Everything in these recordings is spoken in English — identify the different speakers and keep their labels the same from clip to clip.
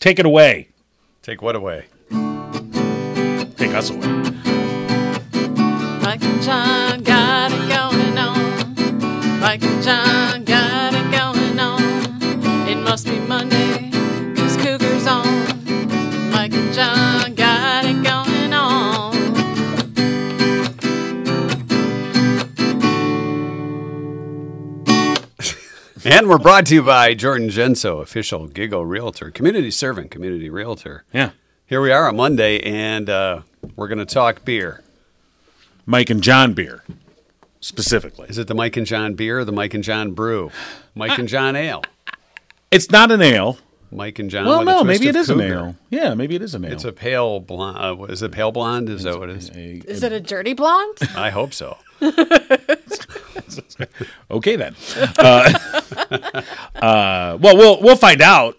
Speaker 1: Take it away.
Speaker 2: Take what away?
Speaker 1: Take us away.
Speaker 3: Mike and John got it going on. Mike and John got it going on. It must be Monday, cause Cougar's on. Mike and John got it going on.
Speaker 2: And we're brought to you by Jordan Genso, official Gigo Realtor, community servant, community realtor.
Speaker 1: Yeah.
Speaker 2: Here we are on Monday, and uh, we're going to talk beer.
Speaker 1: Mike and John beer, specifically.
Speaker 2: Is it the Mike and John beer or the Mike and John brew? Mike and John ale.
Speaker 1: It's not an ale.
Speaker 2: Mike and John.
Speaker 1: Well,
Speaker 2: with a
Speaker 1: Oh, no,
Speaker 2: twist
Speaker 1: maybe it
Speaker 2: of
Speaker 1: is an
Speaker 2: cougar.
Speaker 1: ale. Yeah, maybe it is an ale.
Speaker 2: It's a pale blonde. Uh, what- is it pale blonde? Is that what it is?
Speaker 3: Is it a dirty blonde?
Speaker 2: I hope so.
Speaker 1: okay then. Uh, uh, well, we'll we'll find out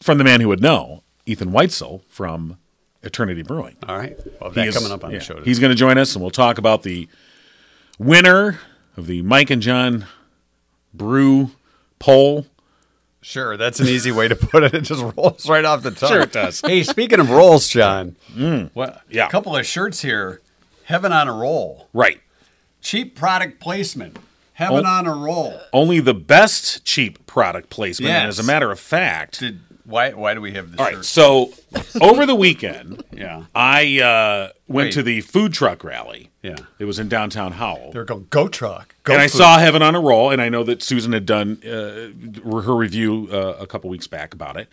Speaker 1: from the man who would know, Ethan Weitzel from Eternity Brewing.
Speaker 2: All right. Well,
Speaker 1: He
Speaker 2: that
Speaker 1: is-
Speaker 2: coming up on
Speaker 1: yeah,
Speaker 2: the show. Today.
Speaker 1: He's going to join us, and we'll talk about the winner of the Mike and John Brew poll.
Speaker 2: Sure, that's an easy way to put it. It just rolls right off the tongue.
Speaker 1: Sure it does. Mm.
Speaker 2: Hey, speaking of rolls, John, what,
Speaker 1: yeah.
Speaker 2: a couple of shirts here. Heaven on a roll.
Speaker 1: Right.
Speaker 2: Cheap product placement. Heaven
Speaker 1: Oh.
Speaker 2: on a roll.
Speaker 1: Only the best cheap product placement. And as
Speaker 2: Yes.
Speaker 1: a matter of fact,
Speaker 2: Did why? Why do we have this
Speaker 1: all right.
Speaker 2: shirt?
Speaker 1: So over the weekend,
Speaker 2: Yeah,
Speaker 1: I uh, went
Speaker 2: Wait.
Speaker 1: to the food truck rally.
Speaker 2: yeah.
Speaker 1: It was in downtown Howell.
Speaker 2: They're going go truck. Go
Speaker 1: and I
Speaker 2: food.
Speaker 1: saw Heaven on a Roll, and I know that Susan had done uh, her review uh, a couple weeks back about it,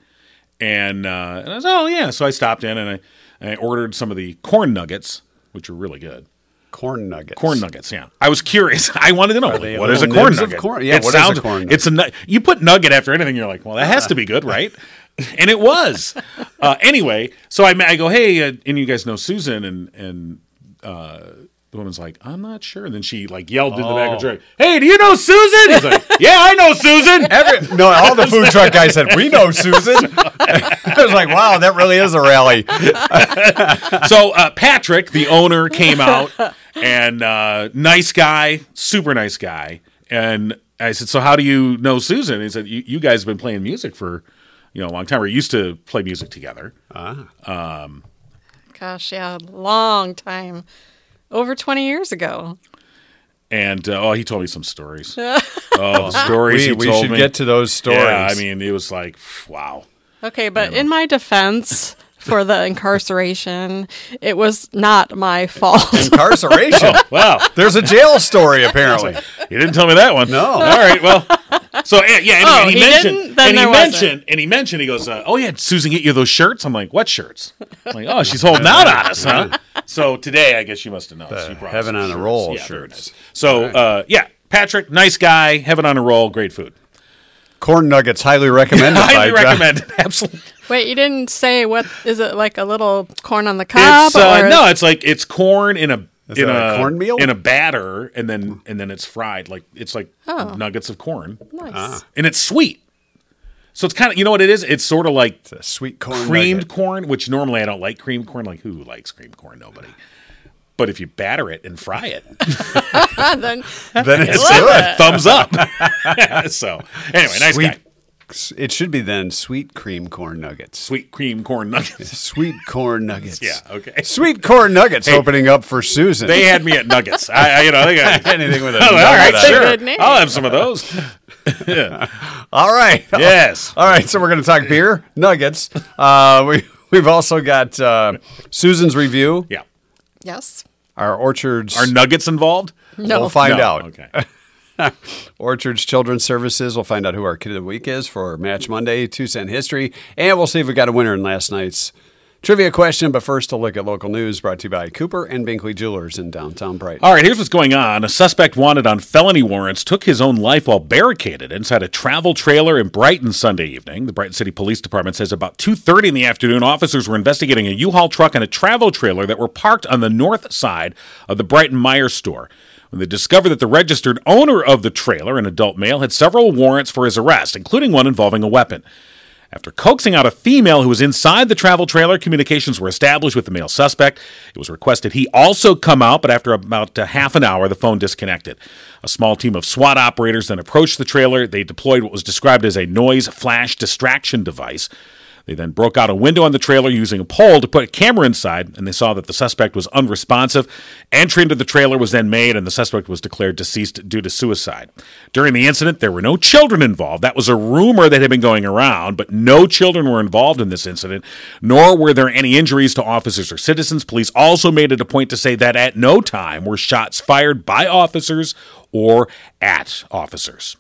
Speaker 1: and uh, and I was oh yeah, so I stopped in and I and I ordered some of the corn nuggets, which are really good.
Speaker 2: corn nuggets.
Speaker 1: Corn nuggets, yeah. I was curious. I wanted to know
Speaker 2: they
Speaker 1: like, what is a
Speaker 2: little
Speaker 1: corn
Speaker 2: nibs of
Speaker 1: nugget.
Speaker 2: corn? Yeah,
Speaker 1: it
Speaker 2: what is a
Speaker 1: sounds,
Speaker 2: corn nugget?
Speaker 1: It's a nut. You put nugget after anything, you're like, well, that has to be good, right? and it was. Uh, anyway, so I I go, hey, uh, and you guys know Susan, and and uh, the woman's like, I'm not sure, and then she like yelled in the back
Speaker 2: Oh.
Speaker 1: of the truck, hey, do you know Susan? He's like, yeah, I know Susan.
Speaker 2: Every, no, all the food truck guys said we know Susan. I was like, wow, that really is a rally.
Speaker 1: so uh, Patrick, the owner, came out and uh, nice guy, super nice guy. And I said, "So how do you know Susan?" He said, "You, you guys have been playing music for you know a long time. We used to play music together."
Speaker 3: Gosh, yeah, long time. Over 20 years ago.
Speaker 1: And uh, oh, he told me some stories. oh, the stories
Speaker 2: We,
Speaker 1: he
Speaker 2: we
Speaker 1: told
Speaker 2: should
Speaker 1: me.
Speaker 2: get to those stories.
Speaker 1: Yeah, I mean, it was like wow.
Speaker 3: Okay, but in my defense for the incarceration, it was not my fault.
Speaker 2: incarceration.
Speaker 1: Oh, Wow,
Speaker 2: There's a jail story apparently.
Speaker 1: you didn't tell me that one.
Speaker 2: No.
Speaker 1: All right. Well. So eh, yeah, yeah and,
Speaker 3: Oh,
Speaker 1: and he,
Speaker 3: he
Speaker 1: mentioned,
Speaker 3: didn't? Then
Speaker 1: and he
Speaker 3: there wasn't.
Speaker 1: mentioned, and he mentioned, he goes, uh, "Oh yeah, did Susan, get you those shirts." I'm like, "What shirts?" I'm like, "Oh, she's holding out on us, huh?" So today, I guess she must have known. She brought us
Speaker 2: Heaven
Speaker 1: some
Speaker 2: on a Roll
Speaker 1: Yeah, very
Speaker 2: shirts.
Speaker 1: nice. So uh, yeah, Patrick, nice guy. Heaven on a roll, great food.
Speaker 2: Corn nuggets highly recommended.
Speaker 1: Highly
Speaker 2: by John.
Speaker 1: recommend. it. Absolutely.
Speaker 3: Wait, you didn't say what is it like a little corn on the cob?
Speaker 1: It's, uh,
Speaker 3: or-
Speaker 1: no, it's like it's corn in a
Speaker 2: Is
Speaker 1: in
Speaker 2: that like
Speaker 1: a
Speaker 2: cornmeal?
Speaker 1: in a batter, and then and then it's fried like it's like
Speaker 3: Oh.
Speaker 1: nuggets of corn,
Speaker 3: Nice.
Speaker 1: and it's sweet. So it's kind of you know what it is. It's sort of like
Speaker 2: The sweet corn
Speaker 1: creamed
Speaker 2: nugget.
Speaker 1: corn, which normally I don't like creamed corn. Like who likes creamed corn? Nobody. But if you batter it and fry it,
Speaker 3: Ah, then
Speaker 2: Then it's
Speaker 3: Love
Speaker 2: good.
Speaker 1: thumbs up. so anyway, nice guy.
Speaker 2: Sweet. It should be then sweet cream corn nuggets.
Speaker 1: Sweet cream corn nuggets.
Speaker 2: Sweet corn nuggets.
Speaker 1: Yeah, okay.
Speaker 2: Sweet corn nuggets opening up for Susan.
Speaker 1: They had me at nuggets. I, I you know, I think I,
Speaker 2: anything with a
Speaker 1: Oh, all
Speaker 2: nugget
Speaker 1: right,
Speaker 2: on
Speaker 3: That's a
Speaker 1: sure.
Speaker 2: it.
Speaker 3: good name.
Speaker 1: I'll have some of those.
Speaker 2: All right.
Speaker 1: Yes.
Speaker 2: All right, so we're going to talk beer, nuggets. Uh, we we've also got uh, Susan's review.
Speaker 1: Yeah.
Speaker 3: yes,
Speaker 2: Our orchards.
Speaker 1: Are nuggets involved?
Speaker 3: no.
Speaker 2: We'll find
Speaker 1: No.
Speaker 2: out.
Speaker 1: Okay.
Speaker 2: Orchards Children's Services. We'll find out who our kid of the week is for Match Monday, two cent history, and we'll see if we got a winner in last night's trivia question. But first, a look at local news brought to you by Cooper and Binkley Jewelers in downtown Brighton.
Speaker 1: All right, here's what's going on. A suspect wanted on felony warrants took his own life while barricaded inside a travel trailer in Brighton Sunday evening. The Brighton City Police Department says about 2:30 in the afternoon, officers were investigating a U-Haul truck and a travel trailer that were parked on the north side of the Brighton Meyer store. When they discovered that the registered owner of the trailer, an adult male, had several warrants for his arrest, including one involving a weapon. After coaxing out a female who was inside the travel trailer, communications were established with the male suspect. It was requested he also come out, but after about a half an hour, the phone disconnected. A small team of SWAT operators then approached the trailer. They deployed what was described as a noise flash distraction device. They then broke out a window on the trailer using a pole to put a camera inside, and they saw that the suspect was unresponsive. Entry into the trailer was then made, and the suspect was declared deceased due to suicide. During the incident, there were no children involved. That was a rumor that had been going around, but no children were involved in this incident, nor were there any injuries to officers or citizens. Police also made it a point to say that at no time were shots fired by officers or at officers.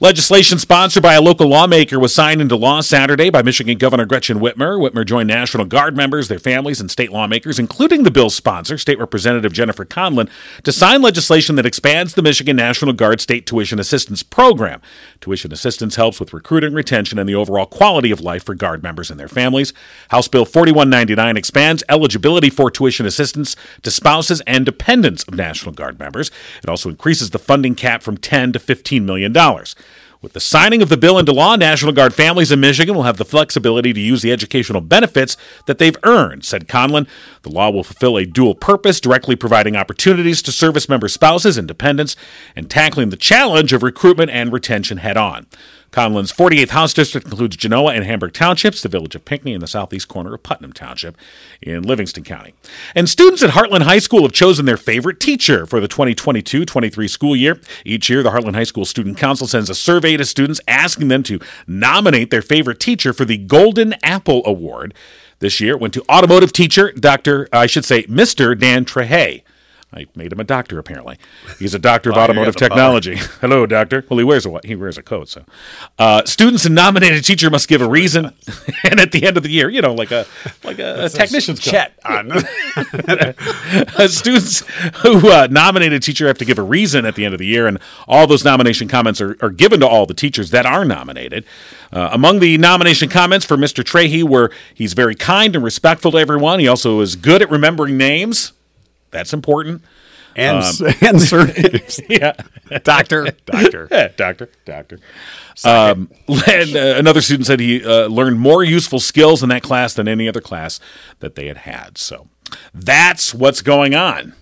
Speaker 1: Legislation sponsored by a local lawmaker was signed into law Saturday by Michigan Governor Gretchen Whitmer. Whitmer joined National Guard members, their families, and state lawmakers, including the bill's sponsor, State Representative Jennifer Conlin, to sign legislation that expands the Michigan National Guard State Tuition Assistance Program. Tuition assistance helps with recruiting, retention, and the overall quality of life for Guard members and their families. House Bill 4199 expands eligibility for tuition assistance to spouses and dependents of National Guard members. It also increases the funding funding cap from 10 to 15 million dollars. With the signing of the bill into law, National Guard families in Michigan will have the flexibility to use the educational benefits that they've earned, said Conlin. The law will fulfill a dual purpose, directly providing opportunities to service member spouses and dependents and tackling the challenge of recruitment and retention head on. Conlin's 48th House District includes Genoa and Hamburg Townships, the village of Pinckney, and the southeast corner of Putnam Township in Livingston County. And students at Heartland High School have chosen their favorite teacher for the 2022 23 school year. Each year, the Heartland High School Student Council sends a survey to students asking them to nominate their favorite teacher for the Golden Apple Award. This year, it went to automotive teacher, Dr. I should say, Mr. Dan Trehay. I made him a doctor. Apparently, he's a doctor of
Speaker 2: Wow, you
Speaker 1: automotive
Speaker 2: got the
Speaker 1: technology. Hello, doctor. Well, he wears a what? He wears a coat. So, uh, students and nominated teacher must give a reason, and at the end of the year, you know, like a like a, a technician's coat.
Speaker 2: Chet on.
Speaker 1: Uh, students who uh, nominated teacher have to give a reason at the end of the year, and all those nomination comments are, are given to all the teachers that are nominated. Uh, among the nomination comments for Mr. Trahey were he's very kind and respectful to everyone. He also is good at remembering names. That's important.
Speaker 2: and, s-
Speaker 1: um,
Speaker 2: and surnames.
Speaker 1: Yeah.
Speaker 2: Doctor. Doctor.
Speaker 1: Yeah, doctor, doctor. Um, and, uh, another student said he uh, learned more useful skills in that class than any other class that they had had. So that's what's going on.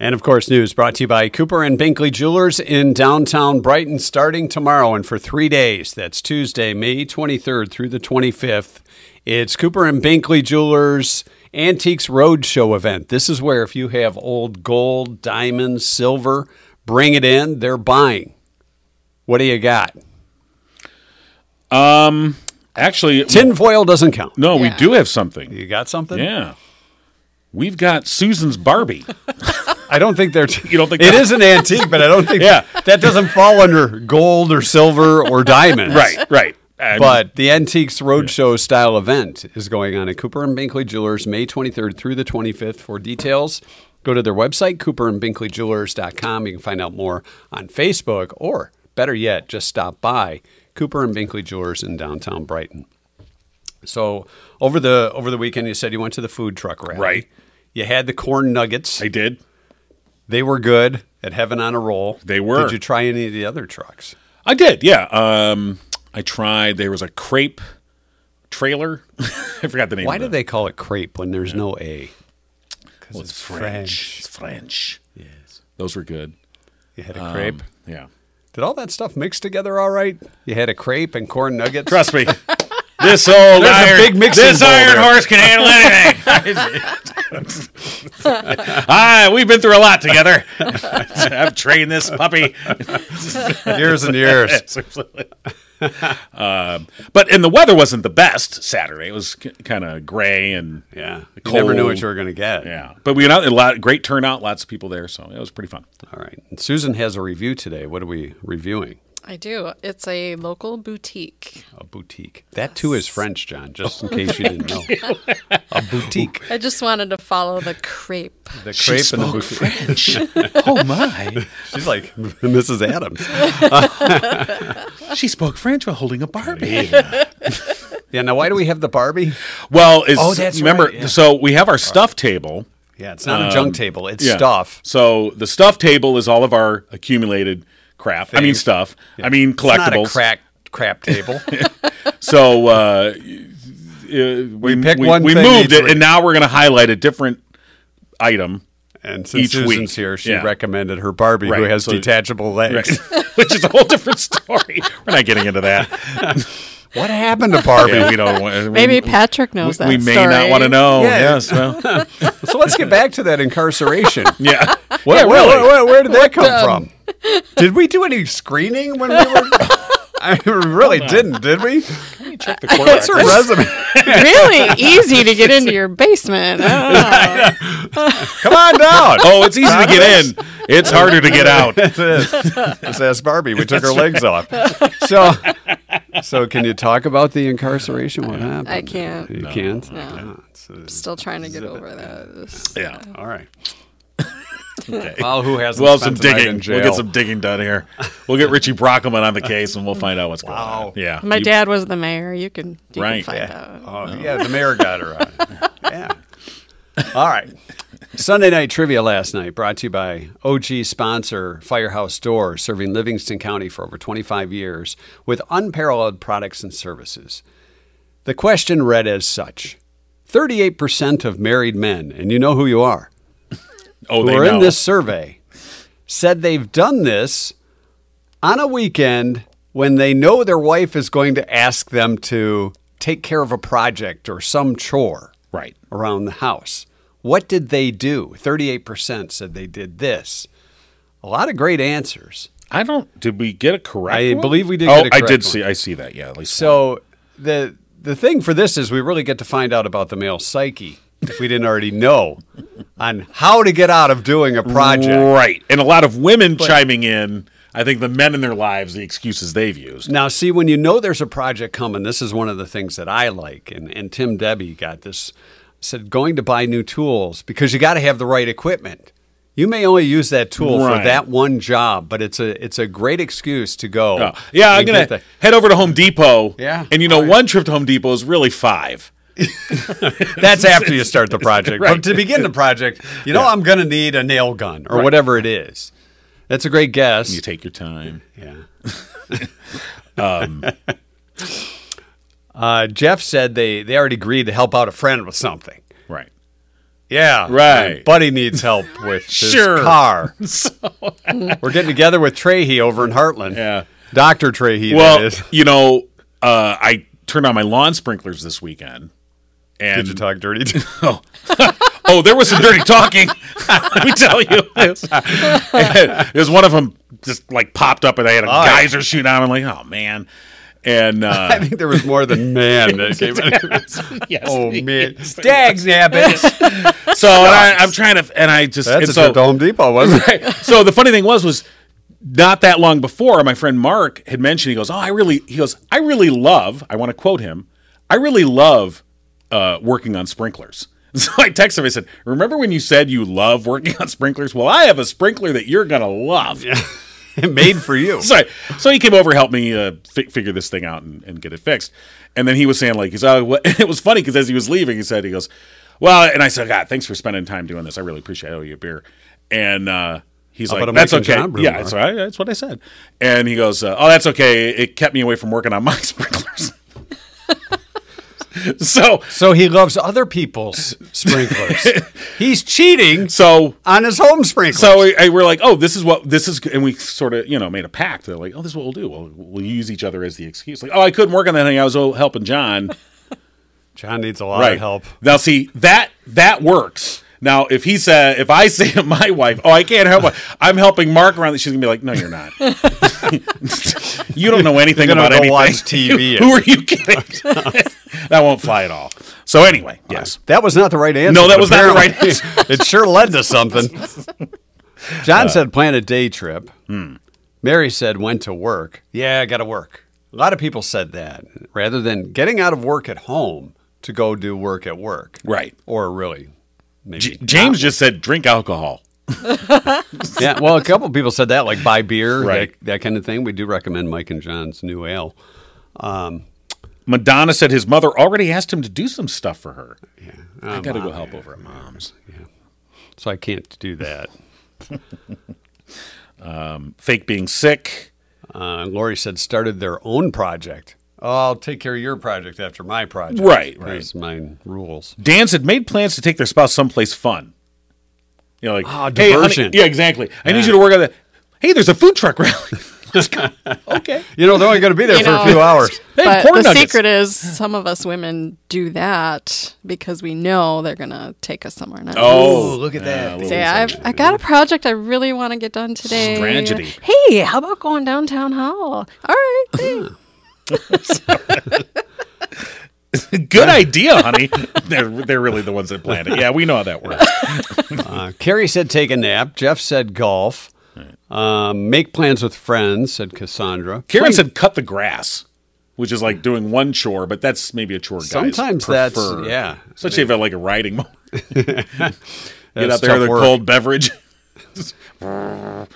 Speaker 2: And of course, news brought to you by Cooper and Binkley Jewelers in downtown Brighton starting tomorrow and for three days. That's Tuesday, May 23rd through the 25th. It's Cooper and Binkley Jewelers Antiques Roadshow event. This is where if you have old gold, diamonds, silver, bring it in. They're buying. What do you got?
Speaker 1: Actually,
Speaker 2: Tinfoil doesn't count.
Speaker 1: no, we
Speaker 3: Yeah.
Speaker 1: do have something.
Speaker 2: You got something?
Speaker 1: Yeah, we've got Susan's Barbie.
Speaker 2: I don't think they're. T-
Speaker 1: You don't think
Speaker 2: it
Speaker 1: that-
Speaker 2: is an antique, but I don't think
Speaker 1: Yeah.
Speaker 2: that doesn't fall under gold or silver or diamonds.
Speaker 1: right. And-
Speaker 2: But the Antiques Roadshow style event is going on at Cooper and Binkley Jewelers May 23rd through the 25th. For details, go to their website, cooperandbinkleyjewelers.com. You can find out more on Facebook, or better yet, just stop by Cooper and Binkley Jewelers in downtown Brighton. So over the over the weekend, you said you went to the food truck rally.
Speaker 1: Right.
Speaker 2: You had the corn nuggets.
Speaker 1: I did.
Speaker 2: They were good at Heaven on a Roll.
Speaker 1: They were.
Speaker 2: Did you try any of the other trucks?
Speaker 1: I did, yeah. Um, I tried. There was a crepe trailer. I forgot the name.
Speaker 2: Why
Speaker 1: of
Speaker 2: do
Speaker 1: the-
Speaker 2: they call it crepe when there's no A? Because
Speaker 1: Well, it's French. It's French.
Speaker 2: Yes.
Speaker 1: Those were good.
Speaker 2: You had a
Speaker 1: Um,
Speaker 2: crepe.
Speaker 1: Yeah.
Speaker 2: Did all that stuff mix together all right? You had a crepe and corn nuggets.
Speaker 1: Trust me. This old
Speaker 2: There's a
Speaker 1: iron,
Speaker 2: big mixing
Speaker 1: this
Speaker 2: bowl
Speaker 1: iron
Speaker 2: there.
Speaker 1: horse can handle anything. Ah, we've been through a lot together. I've trained this puppy.
Speaker 2: years and years.
Speaker 1: Yes, absolutely. um, but and the weather wasn't the best Saturday. It was k- kind of gray and
Speaker 2: Yeah. You
Speaker 1: cold.
Speaker 2: never knew what you were going to get.
Speaker 1: Yeah, but we got a lot great turnout. Lots of people there, so it was pretty fun.
Speaker 2: All right. And Susan has a review today. What are we reviewing?
Speaker 3: I do. It's a local boutique.
Speaker 2: A boutique. That too is French, John, just in case you didn't know. a boutique.
Speaker 3: I just wanted to follow the crepe.
Speaker 2: The crepe and the boutique.
Speaker 1: French. oh my!
Speaker 2: She's like Mrs. Adams.
Speaker 1: She spoke French while holding a Barbie.
Speaker 2: Yeah. Now, why do we have the Barbie?
Speaker 1: Well, is,
Speaker 2: Oh, that's
Speaker 1: remember.
Speaker 2: right, yeah.
Speaker 1: So we have our stuff table.
Speaker 2: Yeah. It's not a junk table. It's
Speaker 1: Um, Yeah.
Speaker 2: stuff.
Speaker 1: So the stuff table is all of our accumulated crap. I mean
Speaker 2: Things.
Speaker 1: stuff. I mean
Speaker 2: It's not a
Speaker 1: collectibles.
Speaker 2: crack crap table.
Speaker 1: So uh, we, we
Speaker 2: pick
Speaker 1: we,
Speaker 2: one
Speaker 1: We
Speaker 2: thing
Speaker 1: moved
Speaker 2: each
Speaker 1: it,
Speaker 2: week.
Speaker 1: and now we're going to highlight a different item,
Speaker 2: And since
Speaker 1: Each
Speaker 2: Susan's
Speaker 1: week.
Speaker 2: here, she
Speaker 1: Yeah.
Speaker 2: recommended her Barbie, who
Speaker 1: Right,
Speaker 2: has
Speaker 1: so-
Speaker 2: detachable legs.
Speaker 1: which is a whole different story. We're not getting into that.
Speaker 2: What happened to Barbie?
Speaker 1: Yeah, we don't. we-
Speaker 3: Maybe Patrick
Speaker 1: we,
Speaker 3: knows that.
Speaker 1: we may not
Speaker 3: story.
Speaker 1: want to know.
Speaker 2: Yeah.
Speaker 1: Yes. Well,
Speaker 2: So let's get back to that incarceration.
Speaker 1: yeah.
Speaker 2: Where,
Speaker 1: yeah,
Speaker 2: where,
Speaker 1: really.
Speaker 2: where, where, where did that come from? Did we do any screening when we were? I really didn't, did we?
Speaker 1: Check the court
Speaker 2: What's her
Speaker 1: records.
Speaker 2: resume?
Speaker 3: really easy to get into your basement. I don't know.
Speaker 2: Come on down.
Speaker 1: Oh, it's easy to get in. It's harder to get out.
Speaker 2: Let's ask Barbie. We took her legs off. So, so can you talk about the incarceration? What happened?
Speaker 3: I can't.
Speaker 2: You can't.
Speaker 3: No.
Speaker 2: So-
Speaker 3: Still trying to get over that.
Speaker 1: Yeah.
Speaker 2: uh, all right. Well, who has
Speaker 1: Well, some digging. We'll get some digging done here. We'll get Richie Brockman on the case, and we'll find out what's going on.
Speaker 2: Wow.
Speaker 1: Yeah.
Speaker 3: My
Speaker 1: You-
Speaker 3: dad was the mayor. You can, you
Speaker 1: Right.
Speaker 3: can find
Speaker 2: Yeah.
Speaker 3: out.
Speaker 2: Oh, yeah, the mayor got her on. it. yeah. All right. Sunday night trivia last night brought to you by OG sponsor Firehouse Door, serving Livingston County for over 25 years with unparalleled products and services. The question read as such 38% of married men, and you know who you are,
Speaker 1: Oh,
Speaker 2: who
Speaker 1: they
Speaker 2: are
Speaker 1: know.
Speaker 2: in this survey, said they've done this on a weekend when they know their wife is going to ask them to take care of a project or some chore
Speaker 1: right.
Speaker 2: around the house. What did they do? 38% said they did this. A lot of great answers.
Speaker 1: I don't. Did we get a correct?
Speaker 2: I
Speaker 1: one?
Speaker 2: believe we did
Speaker 1: Oh,
Speaker 2: get a
Speaker 1: I
Speaker 2: correct
Speaker 1: did
Speaker 2: one.
Speaker 1: see. I see that. Yeah. At least.
Speaker 2: So the the thing for this is we really get to find out about the male psyche if we didn't already know on how to get out of doing a project.
Speaker 1: Right. And a lot of women chiming in. I think the men in their lives, the excuses they've used.
Speaker 2: Now, see, when you know there's a project coming, this is one of the things that I like. And, and Tim Debbie got this said going to buy new tools because you got to have the right equipment. You may only use that tool
Speaker 1: Right.
Speaker 2: for that one job, but it's a it's a great excuse to go.
Speaker 1: Oh, yeah, I'm
Speaker 2: and
Speaker 1: gonna
Speaker 2: get the-
Speaker 1: head over to Home Depot.
Speaker 2: Yeah.
Speaker 1: And you know, one trip to Home Depot is really five.
Speaker 2: That's after you start the project.
Speaker 1: Right.
Speaker 2: But to begin the project, you know I'm going to need a nail gun or
Speaker 1: Right.
Speaker 2: whatever it is. That's a great guess.
Speaker 1: You take your time.
Speaker 2: Yeah.
Speaker 1: Um,
Speaker 2: uh, Jeff said they, they already agreed to help out a friend with something.
Speaker 1: Right.
Speaker 2: Yeah.
Speaker 1: Right.
Speaker 2: my Buddy needs help with his
Speaker 1: Sure.
Speaker 2: car. We're getting together with Trahey over in Heartland.
Speaker 1: Yeah.
Speaker 2: Dr. Trahey, that
Speaker 1: Well,
Speaker 2: is.
Speaker 1: you know, uh, I turned on my lawn sprinklers this weekend. And
Speaker 2: Did you talk dirty? to-
Speaker 1: oh, there was some dirty talking. Let me tell you this. There's one of them just like popped up, and I had a
Speaker 2: Oh, yeah.
Speaker 1: geyser shoot on. I'm like, oh man. And
Speaker 2: I
Speaker 1: uh,
Speaker 2: think there was more than man that came in.
Speaker 1: yes,
Speaker 2: Oh, man. Stags nabbits.
Speaker 1: So and I, I'm trying to, and I just
Speaker 2: That's
Speaker 1: and
Speaker 2: a
Speaker 1: so,
Speaker 2: trip to Home Depot, wasn't it?
Speaker 1: so the funny thing was was not that long before my friend Mark had mentioned he goes oh I really he goes I really love I want to quote him I really love uh, working on sprinklers so I texted him I said remember when you said you love working on sprinklers well I have a sprinkler that you're gonna love
Speaker 2: Made for you.
Speaker 1: so, so he came over, helped me uh, fi- figure this thing out and, and get it fixed. And then he was saying, like, he's, oh, what? it was funny because as he was leaving, he said, he goes, well, and I said, God, thanks for spending time doing this. I really appreciate it. I owe you a beer. And uh, he's
Speaker 2: about
Speaker 1: like,
Speaker 2: a
Speaker 1: that's
Speaker 2: Mike and
Speaker 1: okay.
Speaker 2: John brew,
Speaker 1: yeah,
Speaker 2: Mark?
Speaker 1: that's, right. that's what I said. And he goes, uh, oh, that's okay. It kept me away from working on my sprinklers. so,
Speaker 2: So he loves other people's sprinklers. He's cheating
Speaker 1: so
Speaker 2: on his home sprinklers.
Speaker 1: So we, I- we're like, oh, this is what this is, and we sort of, you know, made a pact. They're like, oh, this is what we'll do. We'll, we'll use each other as the excuse. Like, oh, I couldn't work on that thing. I was oh, helping John.
Speaker 2: John needs a lot
Speaker 1: Right.
Speaker 2: of help.
Speaker 1: Now, see that that works. Now, if he said, if I say to my wife, oh, I can't help, it. I'm helping Mark around, she's gonna be like, no, you're not. you don't know anything
Speaker 2: You're gonna
Speaker 1: about
Speaker 2: go
Speaker 1: anything.
Speaker 2: watch TV
Speaker 1: Who are you kidding? that won't fly at all. So anyway, yes.
Speaker 2: That was not the right answer.
Speaker 1: No, that
Speaker 2: but
Speaker 1: was not the right
Speaker 2: apparently it sure led to something. John
Speaker 1: Uh,
Speaker 2: said plan a day trip.
Speaker 1: hmm.
Speaker 2: Mary said went to work. Yeah, I got to work. A lot of people said that rather than getting out of work at home to go do work at work.
Speaker 1: Right.
Speaker 2: Or really. Maybe.
Speaker 1: J- James just said, drink alcohol.
Speaker 2: yeah, well, a couple of people said that, like buy beer,
Speaker 1: Right.
Speaker 2: that, that kind of thing. We do recommend Mike and John's new ale. Um,
Speaker 1: Madonna said his mother already asked him to do some stuff for her. Yeah.
Speaker 2: Oh,
Speaker 1: I got to go help over at mom's.
Speaker 2: So I can't do that.
Speaker 1: Fake being sick.
Speaker 2: Uh, Lori said started their own project. Oh, I'll take care of your project after my project.
Speaker 1: Right, right.
Speaker 2: There's mine rules.
Speaker 1: Dan had made plans to take their spouse someplace fun. You know, like
Speaker 2: Ah,
Speaker 1: "Hey, honey-"
Speaker 2: diversion.
Speaker 1: yeah, exactly. I need you to work on that. Hey, there's a food truck rally. Just kind of-
Speaker 2: okay. You know, they're only going to be there
Speaker 3: You
Speaker 2: for
Speaker 3: know.
Speaker 2: a few hours.
Speaker 1: Hey,
Speaker 3: but
Speaker 1: corn
Speaker 3: the
Speaker 1: nuggets.
Speaker 3: secret is some of us women do that because we know they're gonna take us somewhere nice.
Speaker 1: Oh,
Speaker 2: Ooh, look at
Speaker 1: yeah,
Speaker 2: that.
Speaker 1: well,
Speaker 3: Say, I've, I got a project I really want to get done today.
Speaker 1: Strategy.
Speaker 3: Hey, how about going downtown hall? All right. thanks.
Speaker 1: Good idea, honey. they're they're really the ones that planned it. Yeah, we know how that works.
Speaker 2: Uh, Carrie said take a nap. Jeff said golf. Um, make plans with friends, said Cassandra.
Speaker 1: Karen said cut the grass, which is like doing one chore, but that's maybe a chore guys
Speaker 2: Sometimes that's-
Speaker 1: prefer.
Speaker 2: yeah.
Speaker 1: Especially if you have like a riding moment. Get
Speaker 2: That's
Speaker 1: out there with a
Speaker 2: tough work.
Speaker 1: cold beverage.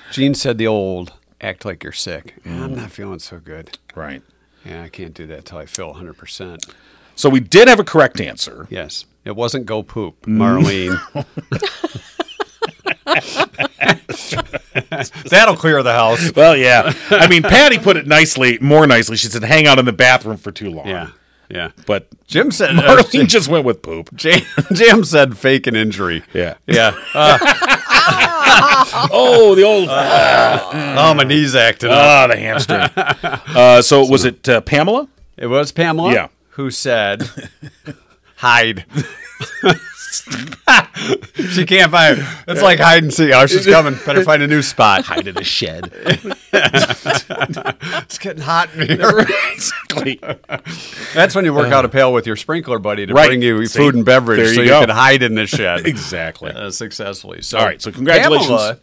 Speaker 2: Gene said the old act like you're sick.
Speaker 1: Mm.
Speaker 2: I'm not feeling so good.
Speaker 1: Right.
Speaker 2: Yeah, I can't do that till I feel 100%.
Speaker 1: So we did have a correct answer.
Speaker 2: Yes. It wasn't go poop, Marlene. That'll clear the house.
Speaker 1: Well, yeah. I mean, Patty put it nicely, more nicely. She said, hang out in the bathroom for too long.
Speaker 2: Yeah. Yeah.
Speaker 1: But
Speaker 2: Jim said uh,
Speaker 1: Marlene just went with poop.
Speaker 2: Jam, Jam said fake an injury.
Speaker 1: Yeah.
Speaker 2: Yeah. Uh,
Speaker 1: Oh, the old, ah,
Speaker 2: oh, my knee's acting up.
Speaker 1: the hamster. Uh, so was it uh, Pamela?
Speaker 2: It was Pamela
Speaker 1: Yeah.
Speaker 2: who said, hide. she can't find it. It's like hide and seek. Oh, she's coming. Better find a new spot. Hide in a shed. it's getting hot in here.
Speaker 1: Exactly.
Speaker 2: That's when you work out a pail with your sprinkler buddy to
Speaker 1: Uh, Right.
Speaker 2: bring you
Speaker 1: See,
Speaker 2: food and beverage
Speaker 1: there you
Speaker 2: so you
Speaker 1: go.
Speaker 2: can hide in the shed.
Speaker 1: exactly.
Speaker 2: uh, successfully. So,
Speaker 1: All right, so congratulations.
Speaker 2: Pamela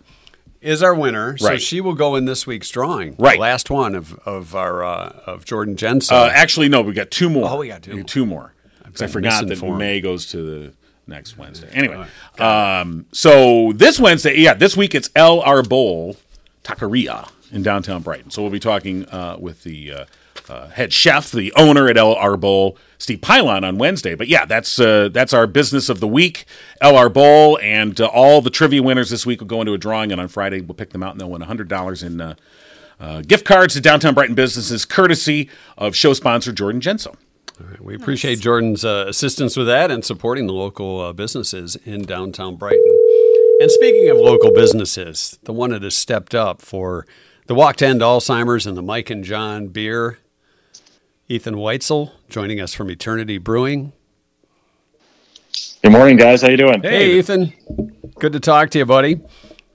Speaker 2: is our winner. So
Speaker 1: Right.
Speaker 2: she will go in this week's drawing.
Speaker 1: Right.
Speaker 2: the last one of of our uh, of Jordan Jensen.
Speaker 1: Uh, actually, no, we got two more.
Speaker 2: Oh, we got two more.
Speaker 1: Two more. 'Cause I
Speaker 2: been
Speaker 1: forgot that
Speaker 2: misinformed.
Speaker 1: May goes to the next Wednesday. Anyway, um, so this Wednesday, yeah, this week it's El Arbol Taqueria in downtown Brighton. So we'll be talking uh, with the uh, uh, head chef, the owner at El Arbol, Steve Pylon, on Wednesday. But yeah, that's uh, that's our business of the week, El Arbol, and uh, all the trivia winners this week will go into a drawing, and on Friday we'll pick them out, and they'll win hundred dollars in. Uh, uh, gift cards to downtown Brighton businesses, courtesy of show sponsor Jordan Genso.
Speaker 2: we appreciate Jordan's uh, assistance with that and supporting the local uh, businesses in downtown Brighton. And speaking of local businesses, the one that has stepped up for the Walk to End Alzheimer's and the Mike and John beer, Ethan Weitzel joining us from Eternity Brewing.
Speaker 4: Good morning, guys. How you doing?
Speaker 2: Hey, Ethan, good to talk to you, buddy.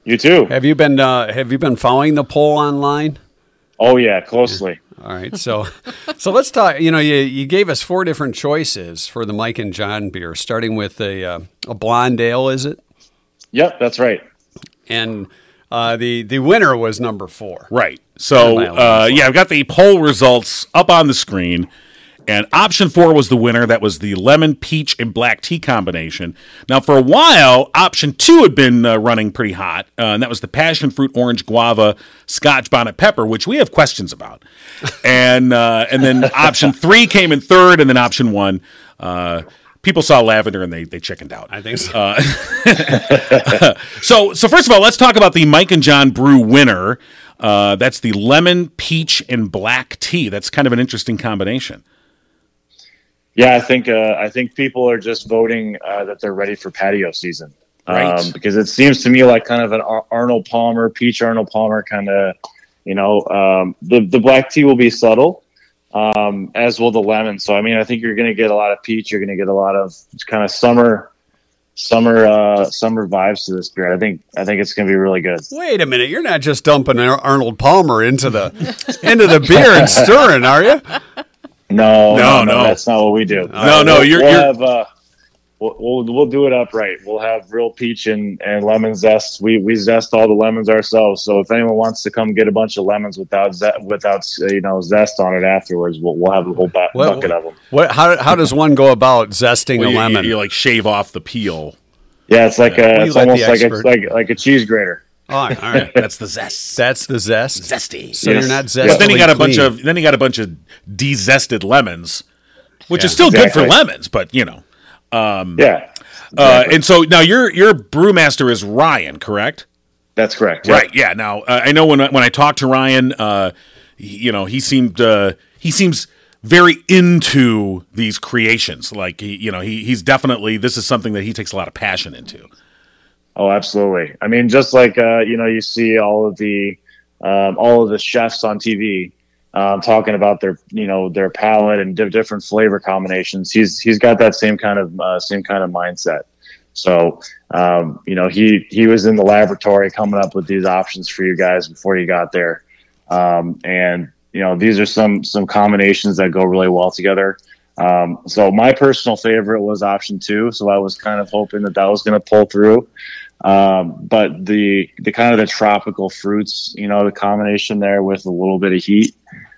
Speaker 4: You too.
Speaker 2: Have you been uh, Have you been following the poll online?
Speaker 4: Oh yeah, closely.
Speaker 2: All right, so so let's talk. You know, you, you gave us four different choices for the Mike and John beer, starting with a uh, a blonde ale, is it?
Speaker 4: Yep, that's right.
Speaker 2: And uh, the the winner was number four.
Speaker 1: Right. So,
Speaker 2: Kinda my
Speaker 1: uh, yeah, I've got the poll results up on the screen. And option four was the winner. That was the lemon, peach, and black tea combination. Now, for a while, option two had been uh, running pretty hot, uh, and that was the passion fruit, orange, guava, scotch bonnet pepper, which we have questions about. And uh, and then option three came in third, and then option one, uh, people saw lavender and they they chickened out.
Speaker 2: I think so.
Speaker 1: Uh, So, so first of all, let's talk about the Mike and John Brew winner. Uh, that's the lemon, peach, and black tea. That's kind of an interesting combination.
Speaker 4: Yeah, I think uh, I think people are just voting uh, that they're ready for patio season.
Speaker 1: Right.
Speaker 4: Um, because it seems to me like kind of an Ar- Arnold Palmer, peach Arnold Palmer kind of, you know, um, the the black tea will be subtle, um, as will the lemon. So I mean, I think you're going to get a lot of peach. You're going to get a lot of kind of summer, summer, uh, summer vibes to this beer. I think I think it's going to be really good.
Speaker 2: Wait a minute, you're not just dumping Ar- Arnold Palmer into the into the beer and stirring, are you?
Speaker 1: No,
Speaker 4: No, no, no,
Speaker 1: no.
Speaker 4: That's not what we do.
Speaker 1: No, no,
Speaker 4: We'll,
Speaker 1: you're-
Speaker 4: we'll
Speaker 1: you're-
Speaker 4: have. Uh, we'll, we'll we'll do it upright. We'll have real peach and, and lemon zest. We we zest all the lemons ourselves. So if anyone wants to come get a bunch of lemons without ze- without you know zest on it afterwards, we'll we'll have a whole bu-
Speaker 2: What-
Speaker 4: bucket of them.
Speaker 2: What? How, how does one go about zesting
Speaker 1: Well,
Speaker 2: a
Speaker 1: you,
Speaker 2: lemon?
Speaker 1: You, you, like shave off the peel.
Speaker 4: Yeah, it's like
Speaker 2: We
Speaker 4: a, it's
Speaker 2: let the
Speaker 4: almost like a,
Speaker 2: expert-
Speaker 4: like like a cheese grater.
Speaker 2: oh, all right,
Speaker 1: That's the zest.
Speaker 2: that's the zest.
Speaker 1: Zesty.
Speaker 2: So
Speaker 4: Yes.
Speaker 2: you're not zesting.
Speaker 4: But
Speaker 1: but then you got a bunch of then you got a bunch of dezested lemons, which is still good for
Speaker 4: exactly.
Speaker 1: lemons, but you know.
Speaker 4: Yeah,
Speaker 1: Uh, and so now your your brewmaster is Ryan, correct?
Speaker 4: that's correct.
Speaker 1: Right. Yeah. Now uh, I know when I- when I talked to Ryan, uh, he- you know, he seemed uh, he seems very into these creations. Like he, you know, he he's definitely this is something that he takes a lot of passion into.
Speaker 4: Oh, absolutely. I mean, just like uh, you know, you see all of the um, all of the chefs on TV um, talking about their you know their palate and di- different flavor combinations. He's he's got that same kind of uh, same kind of mindset. So um, you know he he was in the laboratory coming up with these options for you guys before you got there, um, and you know these are some some combinations that go really well together. Um, so my personal favorite was option two. So I was kind of hoping that that was going to pull through. Um, but the the kind of the tropical fruits, you know, the combination there with a little bit of heat.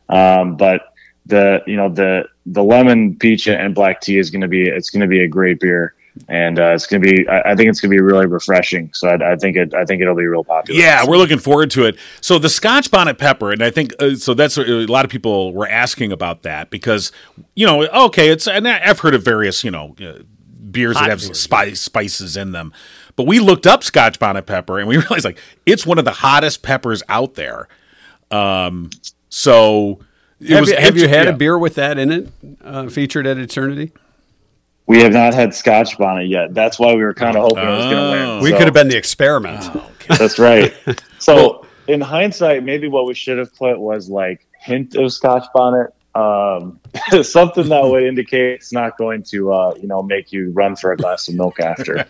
Speaker 4: Um, but the you know the the lemon peach and black tea is going to be it's going to be a great beer. And uh, it's gonna be. I I think it's gonna be really refreshing. So I, I think it. I think it'll be real popular.
Speaker 1: Yeah, we're looking forward to it. So the Scotch bonnet pepper, and I think uh, so. That's what a lot of people were asking about that because you know, okay, it's and I- I've heard of various you know uh, beers that have spice spices in them, but we looked up Scotch bonnet pepper and we realized like it's one of the hottest peppers out there. Um, so it
Speaker 2: Have, you, have you
Speaker 1: inter-
Speaker 2: had
Speaker 1: yeah.
Speaker 2: a beer with that in it, uh, featured at Eternity?
Speaker 4: We have not had Scotch bonnet yet. That's why we were kind of hoping it was gonna win.
Speaker 2: We
Speaker 4: So-
Speaker 2: could have been the experiment.
Speaker 4: That's right. So in hindsight, maybe what we should have put was like hint of Scotch bonnet, um, something that would indicate it's not going to, uh, you know, make you run for a glass of milk after.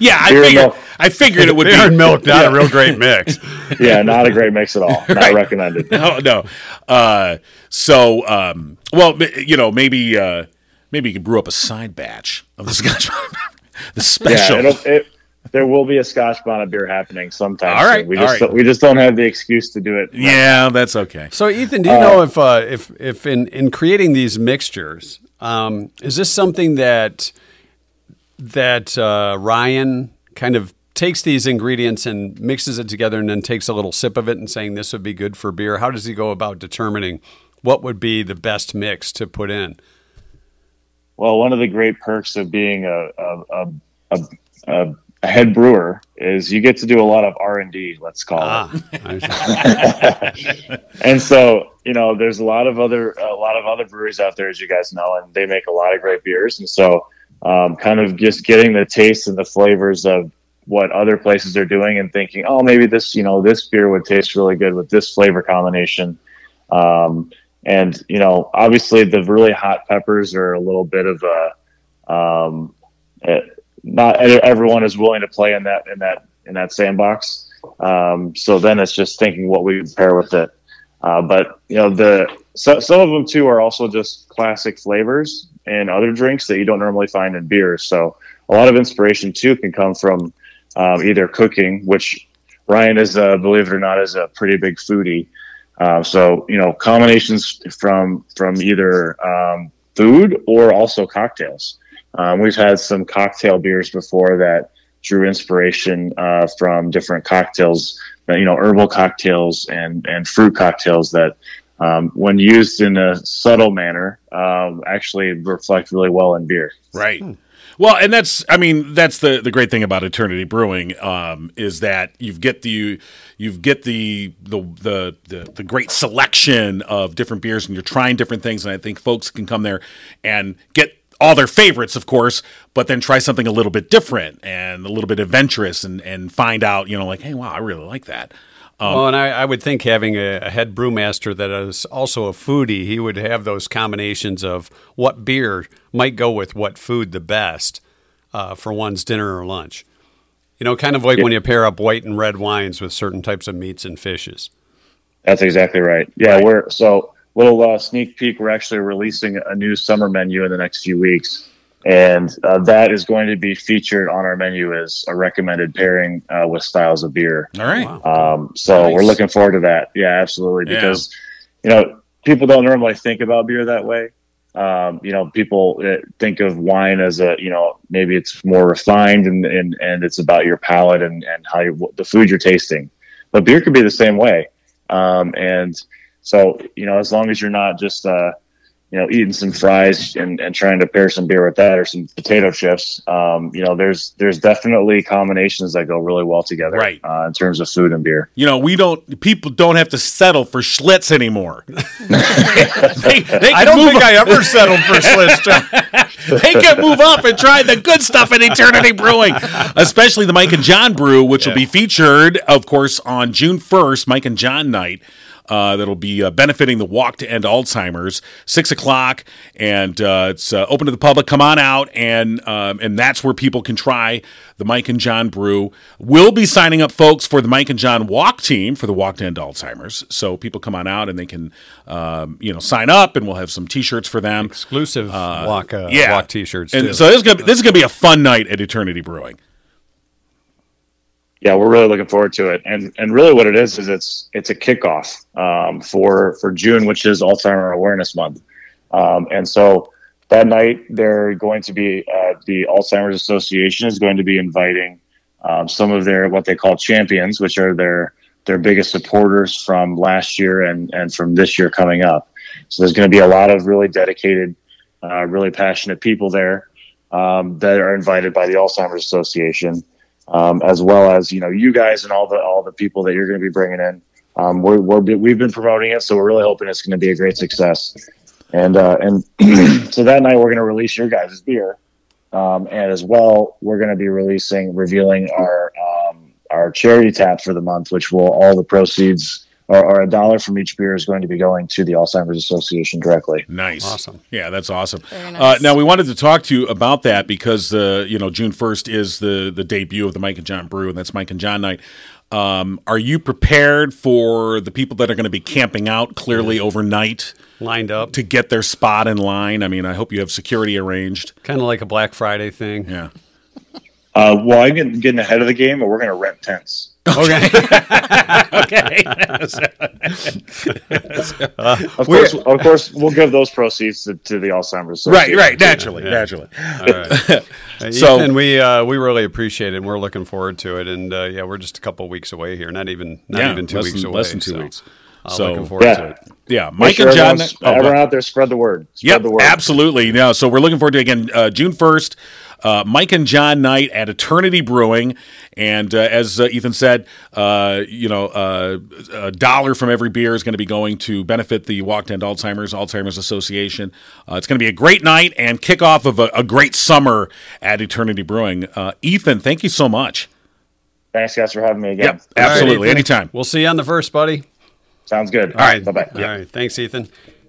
Speaker 1: Yeah, I
Speaker 4: Beer and
Speaker 1: figured.
Speaker 4: milk.
Speaker 1: I figured it would be
Speaker 2: Beer and milk, not a real great mix.
Speaker 4: Yeah, not a great mix at all. Not recommended.
Speaker 1: no, no. Uh, so, um, well, m- you know, maybe uh, maybe you could brew up a side batch of the Scotch, the
Speaker 4: Yeah,
Speaker 1: special.
Speaker 4: it'll, it, there will be a Scotch bonnet beer happening sometime.
Speaker 1: All right,
Speaker 4: soon. we
Speaker 1: all
Speaker 4: just
Speaker 1: right.
Speaker 4: we just don't have the excuse to do it.
Speaker 1: Yeah, that's okay.
Speaker 2: So, Ethan, do you know if uh, if if in in creating these mixtures, um, is this something that that uh, Ryan kind of takes these ingredients and mixes it together, and then takes a little sip of it and saying this would be good for beer? How does he go about determining what would be the best mix to put in?
Speaker 4: Well, one of the great perks of being a a, a, a, a a head brewer is you get to do a lot of R and D. Let's call it.
Speaker 2: Ah, I-
Speaker 4: and so you know there's a lot of other a lot of other breweries out there as you guys know and they make a lot of great beers and so um, kind of just getting the taste and the flavors of what other places are doing and thinking oh maybe this you know this beer would taste really good with this flavor combination um, and you know obviously the really hot peppers are a little bit of a um, eh, not everyone is willing to play in that in that in that sandbox um, so then it's just thinking what we pair with it uh, but you know the so, some of them too are also just classic flavors and other drinks that you don't normally find in beer. So a lot of inspiration too can come from um, either cooking, which Ryan is, uh, believe it or not, is a pretty big foodie. Um, so you know combinations from from either um, food or also cocktails. Um, we've had some cocktail beers before that drew inspiration uh, from different cocktails, uh, you know, herbal cocktails and and fruit cocktails that, um, when used in a subtle manner, um, actually reflect really well in beer.
Speaker 1: Right.
Speaker 2: Hmm.
Speaker 1: Well, and that's I mean that's the the great thing about Eternity Brewing um, is that you get the you get the, the the the the great selection of different beers and you're trying different things and I think folks can come there and get all their favorites of course but then try something a little bit different and a little bit adventurous and and find out you know like hey wow I really like that Um,
Speaker 2: well, and I, I would think having a, a head brewmaster that is also a foodie, he would have those combinations of what beer might go with what food the best uh, for one's dinner or lunch. You know, kind of like when you pair up white and red wines with certain types of meats and fishes.
Speaker 4: That's exactly right. Yeah, we're so little uh, sneak peek. We're actually releasing a new summer menu in the next few weeks, and uh, that is going to be featured on our menu as a recommended pairing uh, with styles of beer.
Speaker 1: all right
Speaker 4: Um, so
Speaker 2: Nice.
Speaker 4: we're looking forward to that. Yeah, absolutely.
Speaker 1: Yeah.
Speaker 4: Because you know people don't normally think about beer that way. Um, you know, people uh, think of wine as a you know maybe it's more refined and and, and it's about your palate and and how you, what- the food you're tasting. But beer could be the same way. Um, and so you know, as long as you're not just uh, you know eating some fries and, and trying to pair some beer with that or some potato chips, um, you know, there's there's definitely combinations that go really well together,
Speaker 1: Right.
Speaker 4: Uh, in terms of food and beer.
Speaker 1: you know we don't people don't have to settle for Schlitz anymore. They- they
Speaker 2: I
Speaker 1: can
Speaker 2: don't
Speaker 1: move
Speaker 2: think I ever settled for Schlitz. John.
Speaker 1: they can move up and try the good stuff in Eternity Brewing, especially the Mike and John brew, which will be featured, of course, on June 1st, Mike and John night. Uh, that'll be uh, benefiting the Walk to End Alzheimer's, six o'clock, and uh, it's uh, open to the public. Come on out, and um, and that's where people can try the Mike and John brew. We'll be signing up folks for the Mike and John Walk team for the Walk to End Alzheimer's, so people come on out and they can um, you know sign up, and we'll have some T-shirts for them.
Speaker 2: Exclusive walk, uh,
Speaker 1: yeah.
Speaker 2: walk T-shirts.
Speaker 1: And
Speaker 2: too.
Speaker 1: so this is gonna be, this is gonna be a fun night at Eternity Brewing.
Speaker 4: yeah, we're really looking forward to it. And and really, what it is is it's it's a kickoff um, for for June, which is Alzheimer Awareness Month. Um, and so that night, they're going to be uh, the Alzheimer's Association is going to be inviting um, some of their what they call champions, which are their their biggest supporters from last year and and from this year coming up. So there's going to be a lot of really dedicated, uh, really passionate people there um, that are invited by the Alzheimer's Association um, as well as you know you guys and all the all the people that you're going to be bringing in. Um, we're, we're we've been promoting it, so we're really hoping it's going to be a great success. And uh, and so that night we're going to release your guys' beer, um, and as well we're going to be releasing revealing our um, our charity tap for the month, which will all the proceeds or, or a dollar from each beer is going to be going to the Alzheimer's Association directly.
Speaker 1: Nice.
Speaker 2: Awesome.
Speaker 1: Yeah, that's awesome.
Speaker 3: Very
Speaker 1: Uh,
Speaker 3: nice.
Speaker 1: now we wanted to talk to you about that because uh, you know June first is the the debut of the Mike and John Brew, and that's Mike and John night. Um, are you prepared for the people that are going to be camping out clearly overnight
Speaker 2: lined up,
Speaker 1: to get their spot in line? I mean, I hope you have security arranged.
Speaker 2: kind of like a Black Friday thing.
Speaker 1: Yeah.
Speaker 4: Uh, well, I'm getting, getting ahead of the game, but we're going to rent tents.
Speaker 2: Okay.
Speaker 1: Okay. Uh,
Speaker 4: Of course, of course, we'll give those proceeds to, to the Alzheimer's.
Speaker 1: right.
Speaker 4: Association.
Speaker 1: Right. Naturally. Naturally. So-
Speaker 2: so, and we uh, we really appreciate it. and We're looking forward to it. And uh, yeah, we're just a couple weeks away here. Not even not
Speaker 1: Yeah,
Speaker 2: even two
Speaker 1: less
Speaker 2: weeks
Speaker 1: than-
Speaker 2: away.
Speaker 1: less than two
Speaker 2: so,
Speaker 1: weeks.
Speaker 2: uh,
Speaker 1: So-
Speaker 2: looking forward
Speaker 4: Yeah.
Speaker 2: to it.
Speaker 1: Yeah. Mike
Speaker 4: Make sure
Speaker 1: and John.
Speaker 4: everyone's-
Speaker 1: oh, go
Speaker 4: everyone
Speaker 1: ahead.
Speaker 4: out there, spread the word. Spread
Speaker 1: Yep,
Speaker 4: the word.
Speaker 1: absolutely. No, so we're looking forward to again uh, June first, uh, Mike and John night at Eternity Brewing, and uh, as uh, Ethan said, uh, you know, uh, a dollar from every beer is going to be going to benefit the Walk to End Alzheimer's Alzheimer's Association. Uh, it's going to be a great night and kickoff of a, a great summer at Eternity Brewing. Uh, Ethan, thank you so much.
Speaker 4: Thanks, guys, for having me again.
Speaker 1: Yep, absolutely.
Speaker 2: All right, Ethan.
Speaker 1: Anytime.
Speaker 2: We'll see you on the first, buddy.
Speaker 4: Sounds good.
Speaker 2: All right.
Speaker 4: Bye bye.
Speaker 2: All right. Thanks, Ethan.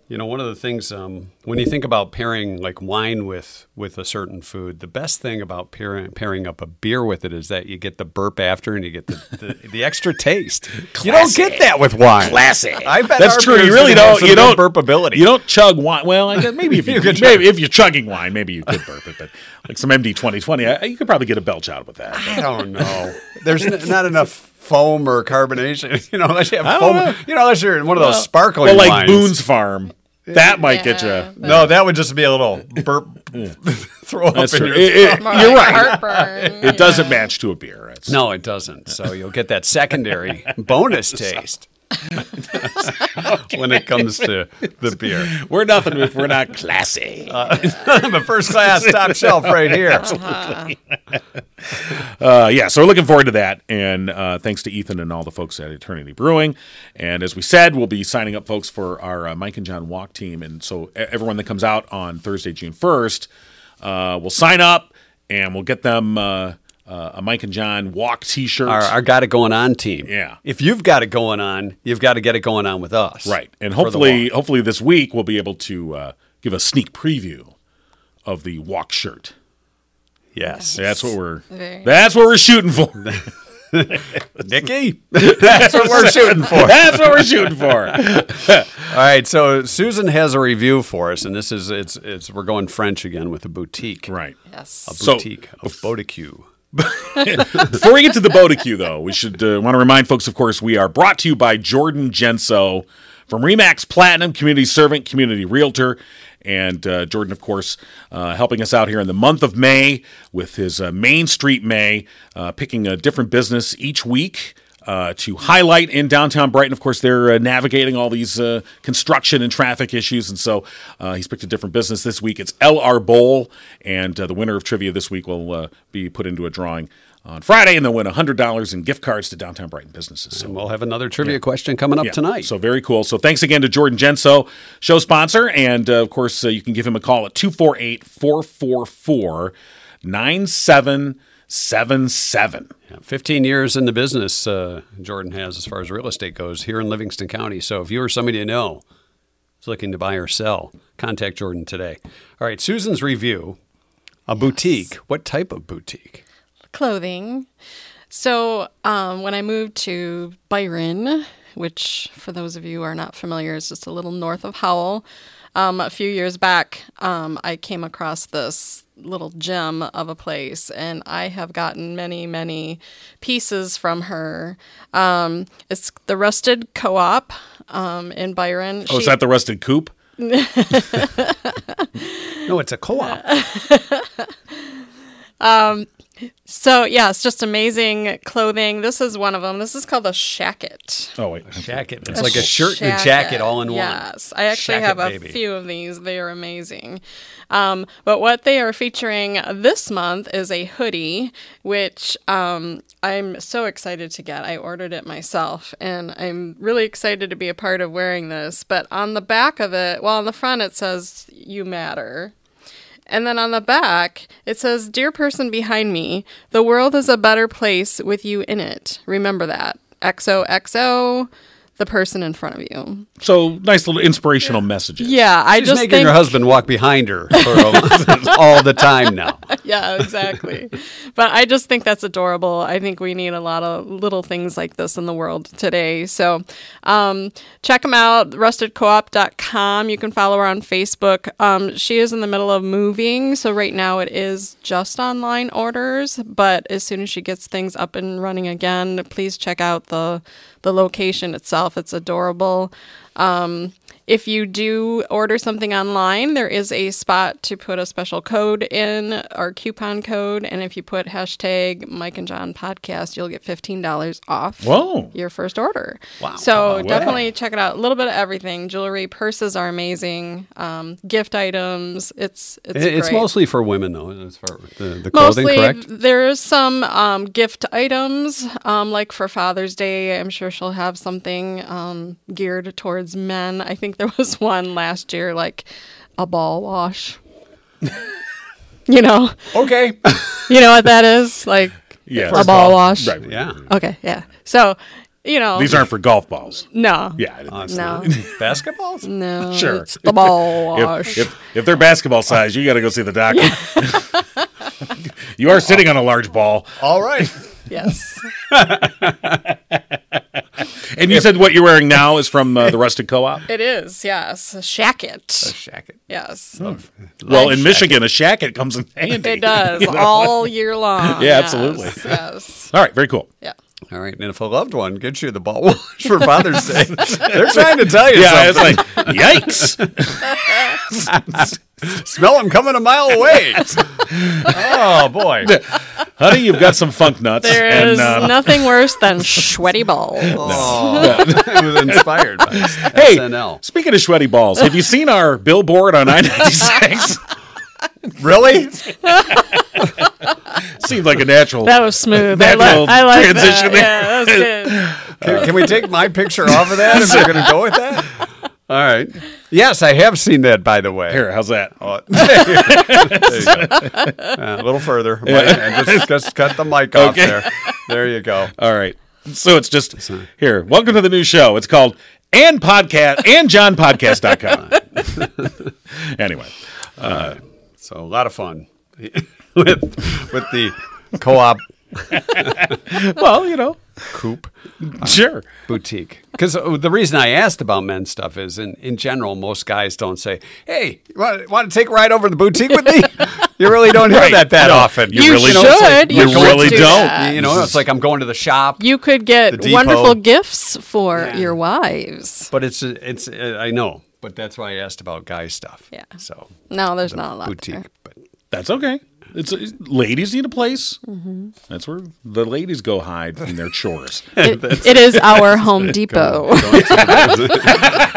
Speaker 2: You know, one of the things um, when you think about pairing like wine with with a certain food, the best thing about pairing, pairing up a beer with it is that you get the burp after and you get the, the, the extra taste. you don't get that with wine. Classic. I bet
Speaker 1: That's
Speaker 2: our
Speaker 1: true.
Speaker 2: beer's
Speaker 1: You really
Speaker 2: gonna have
Speaker 1: don't.
Speaker 2: some
Speaker 1: You don't
Speaker 2: burp ability.
Speaker 1: You don't chug wine. Well, I guess maybe if you,
Speaker 2: You could
Speaker 1: maybe if you're chugging wine, maybe you could burp it. But like some MD twenty twenty, you could probably get a belch out with that.
Speaker 2: I don't know. There's n- not enough foam or carbonation. You know, unless you have
Speaker 1: don't
Speaker 2: foam.
Speaker 1: know.
Speaker 2: You know, unless you're in one of those sparkling
Speaker 1: Well, like
Speaker 2: wines.
Speaker 1: Boone's Farm, that might get
Speaker 3: Yeah.
Speaker 1: you.
Speaker 2: No, that would just be a little burp, throw up
Speaker 1: That's
Speaker 2: in
Speaker 1: true.
Speaker 2: your
Speaker 1: It- it-
Speaker 3: More
Speaker 1: you're
Speaker 3: like
Speaker 1: right.
Speaker 3: Heartburn.
Speaker 1: It doesn't match to a beer. It's-
Speaker 2: No, it doesn't. So you'll get that secondary bonus taste when it comes to the beer.
Speaker 1: We're nothing if we're not classy.
Speaker 2: the first class top shelf right here.
Speaker 1: Uh, yeah, so we're looking forward to that. And uh, thanks to Ethan and all the folks at Eternity Brewing. And as we said, we'll be signing up folks for our uh, Mike and John Walk team. And so e- everyone that comes out on Thursday, June 1st, uh, will sign up and we'll get them uh, uh, a Mike and John Walk t shirt.
Speaker 2: Our, our got it going on team.
Speaker 1: Yeah.
Speaker 2: If you've got it going on, you've got to get it going on with us.
Speaker 1: Right. And
Speaker 2: for the
Speaker 1: hopefully,
Speaker 2: walk.
Speaker 1: hopefully this week we'll be able to uh, give a sneak preview of the walk shirt.
Speaker 2: yes,
Speaker 1: That's what we're.
Speaker 3: Very nice.
Speaker 1: That's what we're shooting for.
Speaker 2: Nikki. That's what we're shooting for.
Speaker 1: That's what we're shooting for.
Speaker 2: All right, so Susan has a review for us, and this is it's it's we're going French again with a boutique,
Speaker 1: Right.
Speaker 3: Yes.
Speaker 1: So-
Speaker 2: Boutique of Boutique.
Speaker 1: Before we get to the Bodicu, though, we should uh, want to remind folks, of course, we are brought to you by Jordan Genso from Remax Platinum, community servant, community realtor. And uh, Jordan, of course, uh, helping us out here in the month of May with his uh, Main Street May, uh, picking a different business each week. uh, to highlight in downtown Brighton. Of course, they're uh, navigating all these uh, construction and traffic issues, and so uh, he's picked a different business this week. It's LR Bowl, and uh, the winner of trivia this week will uh, be put into a drawing on Friday, and they'll win $100 in gift cards to downtown Brighton businesses. So
Speaker 2: And we'll have another trivia question coming up
Speaker 1: yeah.
Speaker 2: tonight.
Speaker 1: So very cool. So thanks again to Jordan Genso, show sponsor. And uh, of course, uh, you can give him a call at 248 444 9777.
Speaker 2: Yeah, 15 years in the business, uh, Jordan has as far as real estate goes here in Livingston County. So if you or somebody you know is looking to buy or sell, contact Jordan today. All right, Susan's review a boutique. What type of boutique?
Speaker 3: clothing. So um, when I moved to Byron, which for those of you who are not familiar is just a little north of Howell, um, a few years back, um, I came across this little gem of a place, and I have gotten many, many pieces from her. Um, it's the Rusted Co-op um, in Byron.
Speaker 1: Oh, is that the Rusted Coop?
Speaker 2: No, it's a co op.
Speaker 3: so yeah, it's just amazing clothing. This is one of them. This is called the Shacket.
Speaker 1: Oh, wait.
Speaker 2: jacket. It's like a shirt and a jacket all in one.
Speaker 3: Yes, I actually
Speaker 2: Shacket
Speaker 3: have a
Speaker 2: baby.
Speaker 3: few of these. They are amazing. Um, but what they are featuring this month is a hoodie, which um, I'm so excited to get. I ordered it myself, and I'm really excited to be a part of wearing this. But on the back of it, well, on the front it says "You Matter." And then on the back, it says, Dear person behind me, the world is a better place with you in it. Remember that. XOXO, the person in front of you.
Speaker 1: So nice little inspirational messages.
Speaker 3: Yeah, I
Speaker 2: She's
Speaker 3: just
Speaker 2: making
Speaker 3: think.
Speaker 2: her husband walk behind her for a- all the time now.
Speaker 3: yeah, exactly. but I just think that's adorable. I think we need a lot of little things like this in the world today. So um, check them out, rustedcoop.com. You can follow her on Facebook. Um, she is in the middle of moving. So right now it is just online orders. But as soon as she gets things up and running again, please check out the, the location itself. It's adorable. Um, If you do order something online, there is a spot to put a special code in or coupon code. And if you put hashtag Mike and John podcast, you'll get $15 off
Speaker 1: Whoa.
Speaker 3: your first order.
Speaker 2: Wow.
Speaker 3: So
Speaker 1: Wow.
Speaker 3: definitely check it out. A little bit of everything. Jewelry, purses are amazing. Um, gift items. It's, it's,
Speaker 2: It- It's
Speaker 3: great.
Speaker 2: mostly for women, though, as far the, the clothing,
Speaker 3: Mostly,
Speaker 2: correct?
Speaker 3: there's some um, gift items, um, like for Father's Day. I'm sure she'll have something um, geared towards men. I think there was one last year, like a ball wash. you know,
Speaker 2: Okay.
Speaker 3: you know what that is, like
Speaker 1: Yeah.
Speaker 3: a ball wash.
Speaker 1: Right. right.
Speaker 2: yeah.
Speaker 3: Okay, yeah. So, you know,
Speaker 1: These aren't for golf balls.
Speaker 3: no,
Speaker 1: Yeah.
Speaker 3: no,
Speaker 2: Basketballs?
Speaker 3: no.
Speaker 1: Sure.
Speaker 3: it's the ball wash.
Speaker 1: If, if, if they're basketball size, you got to go see the doctor. you are sitting on a large ball.
Speaker 2: All right.
Speaker 3: Yes,
Speaker 1: And you said what you're wearing now is from uh, the Rusted Co op?
Speaker 3: it is. Yes, shack it.
Speaker 2: jacket.
Speaker 3: Yes,
Speaker 1: Oh, Well, in Michigan, a shacket comes in handy.
Speaker 3: it does all year long.
Speaker 1: Yeah,
Speaker 3: Yes,
Speaker 1: absolutely.
Speaker 3: Yes.
Speaker 1: All right, very cool.
Speaker 3: Yeah.
Speaker 2: All right, and if a loved one gets you the ball wash for Father's Day, they're trying to tell you
Speaker 1: Yeah, it's
Speaker 2: something.
Speaker 1: like yikes.
Speaker 2: Smell them coming a mile away. oh boy,
Speaker 1: Honey, you've got some funk nuts.
Speaker 3: There is
Speaker 1: uh,
Speaker 3: nothing worse than sweaty balls.
Speaker 2: oh, it was inspired by
Speaker 1: hey,
Speaker 2: SNL.
Speaker 1: speaking of sweaty balls, have you seen our billboard on I ninety six?
Speaker 2: Really?
Speaker 1: Seemed like a natural.
Speaker 3: That was smooth. I,
Speaker 1: That
Speaker 3: li-
Speaker 1: little
Speaker 3: I like
Speaker 1: transition
Speaker 3: that.
Speaker 1: there.
Speaker 3: Yeah, that was good.
Speaker 2: Can, can we take my picture off of that if you're going to go with that? All right. Yes, I have seen that. By the way,
Speaker 1: Here, how's that?
Speaker 2: Oh, there you go. Uh, a little further. Mike, and just, just cut the mic off
Speaker 1: Okay.
Speaker 2: there. There you go.
Speaker 1: All right. So it's just here. Welcome to the new show. It's called and podcast and johnpodcast.com. anyway,
Speaker 2: So a lot of fun with with the co-op
Speaker 1: well, you know,
Speaker 2: coop
Speaker 1: sure.
Speaker 2: boutique. Because the reason I asked about men's stuff is, in, in general, most guys don't say, "Hey, you want, want to take a ride over to the boutique with me?" You really don't hear
Speaker 1: Right.
Speaker 2: that that
Speaker 1: No,
Speaker 2: often.
Speaker 1: you You really
Speaker 2: know, it's like-
Speaker 3: should. You
Speaker 2: we're going
Speaker 1: really
Speaker 2: to-
Speaker 1: don't.
Speaker 3: that.
Speaker 2: You know, it's like I'm going to the shop.
Speaker 3: You could get
Speaker 2: depot.
Speaker 3: wonderful gifts for your wives.
Speaker 2: but it's it's uh, I know, but that's why I asked about guy stuff.
Speaker 3: Yeah.
Speaker 2: So
Speaker 3: No, there's not a lot.
Speaker 2: boutique,
Speaker 3: There.
Speaker 2: but
Speaker 1: That's okay. It's uh, ladies need a place. That's where the ladies go hide from their chores.
Speaker 3: It, it is our Home Depot.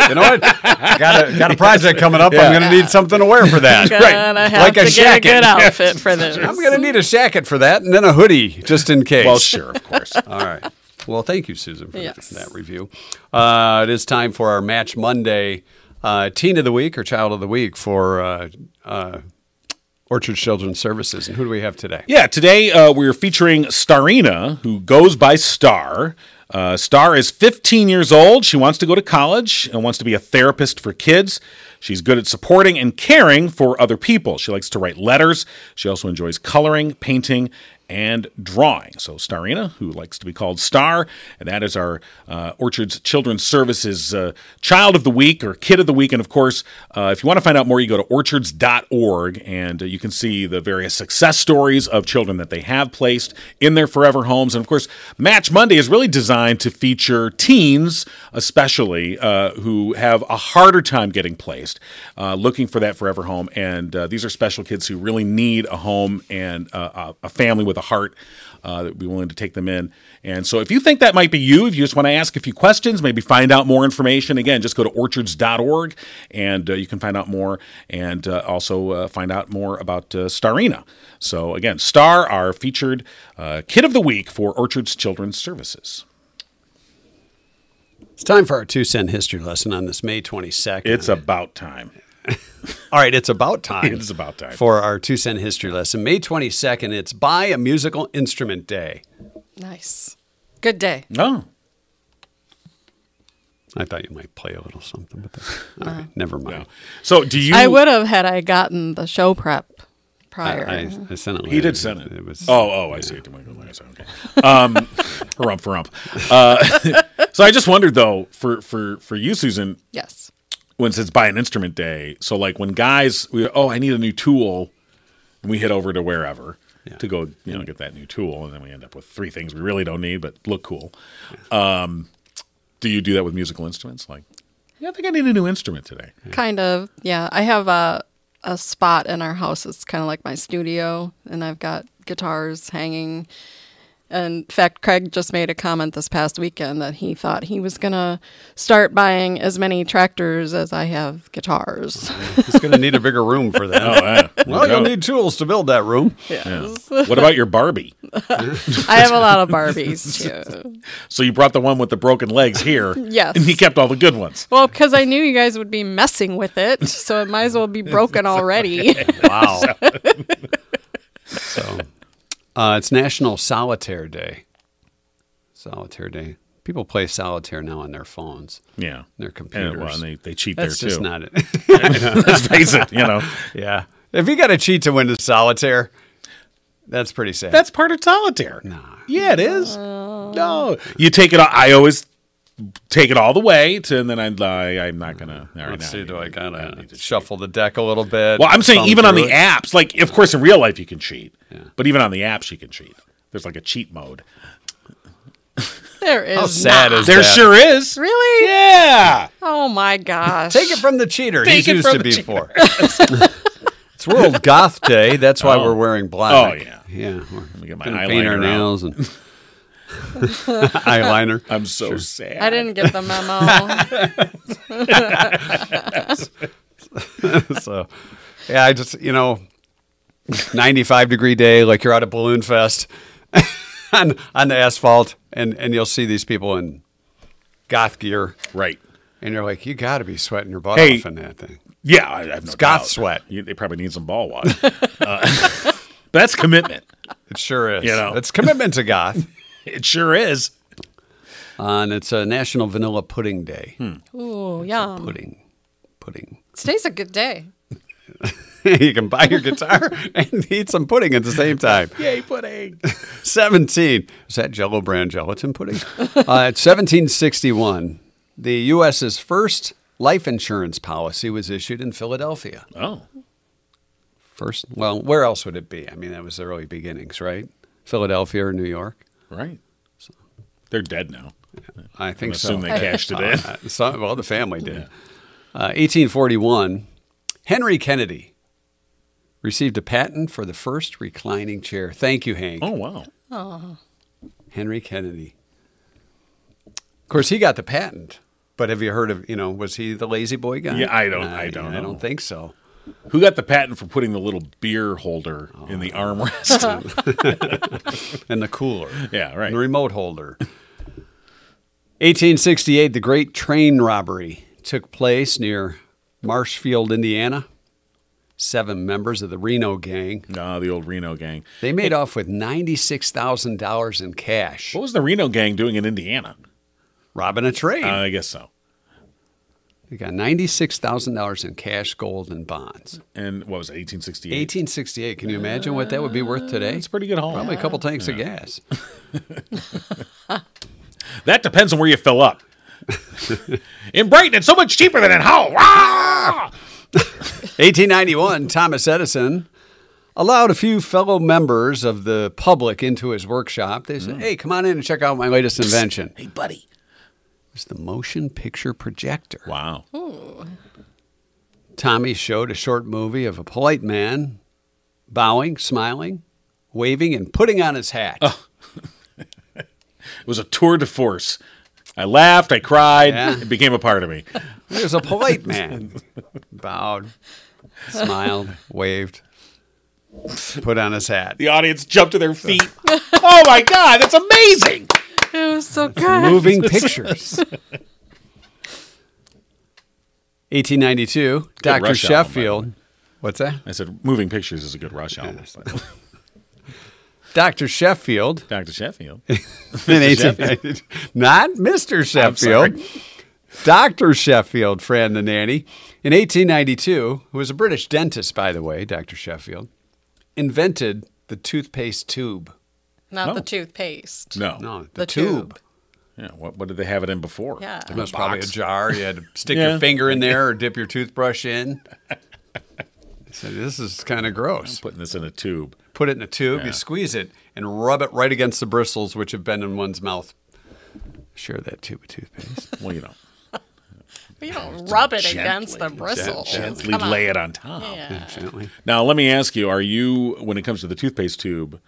Speaker 2: You know what? got a got a project coming up. I'm going to need something to wear for that.
Speaker 1: Right.
Speaker 3: I have
Speaker 2: Like
Speaker 3: to
Speaker 2: a
Speaker 3: get a
Speaker 2: jacket.
Speaker 3: good outfit for this.
Speaker 2: I'm going to need a jacket for that, and then a hoodie just in case.
Speaker 1: Well, sure, of course.
Speaker 2: All right. Well, thank you, Susan, for
Speaker 3: Yes.
Speaker 2: that review. Uh, it is time for our Match Monday uh, Teen of the Week or Child of the Week for uh, uh, Orchard Children's Services. And who do we have today?
Speaker 1: Yeah, today uh, we're featuring Starina, who goes by Star. Uh, Star is 15 years old. She wants to go to college and wants to be a therapist for kids. She's good at supporting and caring for other people. She likes to write letters. She also enjoys coloring, painting, and drawing. So, Starina, who likes to be called Star, and that is our uh, Orchard's Children's Services uh, Child of the Week or Kid of the Week. And of course, uh, if you want to find out more, you go to orchards.org and uh, you can see the various success stories of children that they have placed in their forever homes. And of course, Match Monday is really designed to feature teens, especially uh, who have a harder time getting placed, uh, looking for that forever home. And uh, these are special kids who really need a home and uh, a a family with a heart uh, that would be willing to take them in. And so if you think that might be you, if you just want to ask a few questions, maybe find out more information, again, just go to orchards.org and uh, you can find out more and uh, also uh, find out more about uh, Starina. So again, Star, our featured uh, Kid of the Week for Orchards Children's Services.
Speaker 2: It's time for our two cent history lesson on this May 22nd.
Speaker 1: It's about time.
Speaker 2: All right, it's about time.
Speaker 1: It is about time.
Speaker 2: For our two cent history lesson. May 22nd, it's Buy a Musical Instrument Day.
Speaker 3: nice. Good day.
Speaker 1: Oh,
Speaker 2: I thought you might play a little something, but that's, all right, never mind.
Speaker 1: so do you?
Speaker 3: I would have had I gotten the show prep prior.
Speaker 2: I, I sent it
Speaker 1: He
Speaker 2: later.
Speaker 1: did send it.
Speaker 2: It was,
Speaker 1: oh, oh, I see. Domingo Lanes, Okay. Um, harump, harump. Uh, so I just wondered though, for for for you, Susan,
Speaker 3: yes.
Speaker 1: when it says buy an instrument day. So like when guys, we oh, I need a new tool, and we head over to wherever to go, you know, get that new tool, and then we end up with three things we really don't need but look cool. Um, do you do that with musical instruments? Like, yeah, I think I need a new instrument today.
Speaker 3: Kind of. Yeah. I have a a spot in our house that's kind of like my studio and I've got guitars hanging. And in fact, Craig just made a comment this past weekend that he thought he was going to start buying as many tractors as I have guitars.
Speaker 2: He's going to need a bigger room for that.
Speaker 1: Oh, yeah.
Speaker 2: Well, you'll
Speaker 1: No.
Speaker 2: need tools to build that room.
Speaker 3: Yes.
Speaker 1: What about your Barbie?
Speaker 3: I have a lot of Barbies too.
Speaker 1: So you brought the one with the broken legs here,
Speaker 3: Yes.
Speaker 1: and he kept all the good ones.
Speaker 3: Well, because I knew you guys would be messing with it, so it might as well be broken already.
Speaker 2: Wow. so, uh, it's National Solitaire Day. Solitaire Day. People play solitaire now on their phones,
Speaker 1: Yeah,
Speaker 2: their
Speaker 1: and,
Speaker 2: computers.
Speaker 1: well, and they, they cheat
Speaker 2: That's
Speaker 1: there
Speaker 2: just
Speaker 1: too.
Speaker 2: not it.
Speaker 1: Let's face it, you know
Speaker 2: yeah. If you got to cheat to win the solitaire, that's pretty sad.
Speaker 1: that's part of solitaire. Yeah, it is. no, you take it. all- I always take it all the way, to, and then I, I I'm not gonna. all right,
Speaker 2: Let's
Speaker 1: now
Speaker 2: see. Do I
Speaker 1: need to-
Speaker 2: gotta
Speaker 1: need to cheat.
Speaker 2: shuffle the deck a little bit?
Speaker 1: Well, I'm saying
Speaker 2: thumb
Speaker 1: even on
Speaker 2: through
Speaker 1: the
Speaker 2: it?
Speaker 1: apps, like of course in real life you can cheat, but even on the apps you can cheat. There's like a cheat mode.
Speaker 3: There is
Speaker 2: How sad
Speaker 3: not.
Speaker 2: is
Speaker 1: There
Speaker 2: that?
Speaker 1: sure is.
Speaker 3: really?
Speaker 1: Yeah.
Speaker 3: Oh my gosh!
Speaker 2: Take it from the cheater.
Speaker 1: Take
Speaker 2: He's
Speaker 1: it
Speaker 2: used
Speaker 1: from
Speaker 2: to
Speaker 1: the
Speaker 2: before. it's World Goth Day. That's why we're wearing black.
Speaker 1: Oh, yeah.
Speaker 2: yeah. We're
Speaker 1: me get my
Speaker 2: gonna paint our
Speaker 1: eyeliner out.
Speaker 2: nails and eyeliner.
Speaker 1: I'm so sad.
Speaker 3: I didn't get the memo.
Speaker 2: so, yeah, I just you know, 95 degree day, like you're out at Balloon Fest on on the asphalt, and and you'll see these people in goth gear,
Speaker 1: Right.
Speaker 2: and you're like, you got to be sweating your butt
Speaker 1: Hey.
Speaker 2: off in that thing.
Speaker 1: Yeah, I, I have no
Speaker 2: goth
Speaker 1: doubt.
Speaker 2: sweat.
Speaker 1: You- they probably need some ball wash. uh, but that's commitment.
Speaker 2: It sure is.
Speaker 1: You know.
Speaker 2: it's commitment to goth.
Speaker 1: It sure is.
Speaker 2: Uh, and it's a National Vanilla Pudding Day.
Speaker 1: Hmm.
Speaker 3: Ooh, yum!
Speaker 2: Pudding, pudding.
Speaker 3: Today's a good day.
Speaker 2: you can buy your guitar and eat some pudding at the same time.
Speaker 1: Yay, pudding.
Speaker 2: 17. Is that Jello brand gelatin pudding? Uh, at 1761, the U.S.'s first life insurance policy was issued in Philadelphia.
Speaker 1: Oh.
Speaker 2: First, well, where else would it be? I mean, that was the early beginnings, right? Philadelphia or New York?
Speaker 1: Right. They're dead now.
Speaker 2: I think so.
Speaker 1: Assume they cashed it in.
Speaker 2: Uh, so, well, the family did. Uh, 1841, Henry Kennedy received a patent for the first reclining chair. Thank you, Hank.
Speaker 1: Oh wow.
Speaker 2: Henry Kennedy. Of course, he got the patent. But have you heard of you know? Was he the lazy boy guy?
Speaker 1: Yeah, I don't- I don't
Speaker 2: I
Speaker 1: know.
Speaker 2: don't think so.
Speaker 1: Who got the patent for putting the little beer holder in the
Speaker 2: Oh.
Speaker 1: armrest?
Speaker 2: And the cooler.
Speaker 1: yeah, right.
Speaker 2: The remote holder. 1868, the Great Train Robbery took place near Marshfield, Indiana. Seven members of the Reno gang.
Speaker 1: Ah, the old Reno gang.
Speaker 2: They made off with $96,000 in cash,
Speaker 1: What was the Reno gang doing in Indiana?
Speaker 2: robbing a train.
Speaker 1: Uh, I guess so.
Speaker 2: they got $96,000 in cash, gold, and bonds.
Speaker 1: And what was it, 1868?
Speaker 2: 1868, can you imagine what that would be worth today?
Speaker 1: That's a pretty good haul.
Speaker 2: Probably a couple tanks of gas.
Speaker 1: That depends on where you fill up. in Brighton, it's so much cheaper than in Hull. Rah!
Speaker 2: 1891, Thomas Edison allowed a few fellow members of the public into his workshop. They said, "Hey, come on in and check out my latest invention."
Speaker 1: Hey, buddy.
Speaker 2: It's the motion picture projector.
Speaker 1: Wow.
Speaker 2: Tommy showed a short movie of a polite man bowing, smiling, waving, and putting on his hat.
Speaker 1: It was a tour de force. I laughed, I cried,
Speaker 2: Yeah.
Speaker 1: it became a part of me.
Speaker 2: He was a polite man. Bowed, smiled, waved, put on his hat.
Speaker 1: The audience jumped to their feet. oh my God, that's amazing.
Speaker 3: It was so good.
Speaker 2: moving pictures. 1892,
Speaker 1: Good Rush album,
Speaker 2: Dr.
Speaker 1: by the
Speaker 2: Sheffield. what's that?
Speaker 1: I said, Moving Pictures is a good rush album.
Speaker 2: Dr. Sheffield
Speaker 1: Dr. Sheffield.
Speaker 2: in 1892. Not Mr. Sheffield. Dr. Sheffield, Fran the nanny, in 1892, who was a British dentist, by the way, Dr. Sheffield, invented the toothpaste tube.
Speaker 1: No.
Speaker 3: Not the toothpaste.
Speaker 1: No.
Speaker 2: No, the,
Speaker 3: The
Speaker 2: tube.
Speaker 3: tube.
Speaker 1: Yeah, what, what did they have it in before?
Speaker 3: Yeah.
Speaker 2: It was probably a jar. You had to stick
Speaker 1: Yeah.
Speaker 2: your finger in there or dip your toothbrush in. So this is kind of gross.
Speaker 1: Putting this in a tube.
Speaker 2: Put it in a tube, you squeeze it, and rub it right against the bristles, which have been in one's mouth. Share that tube of toothpaste.
Speaker 1: Well, you know,
Speaker 3: You don't rub it
Speaker 1: Gently,
Speaker 3: against the bristle.
Speaker 1: gently
Speaker 3: Oh, Come on.
Speaker 1: lay it on top.
Speaker 3: Yeah.
Speaker 2: Gently.
Speaker 1: Now, let me ask you: Are you, when it comes to the toothpaste tube,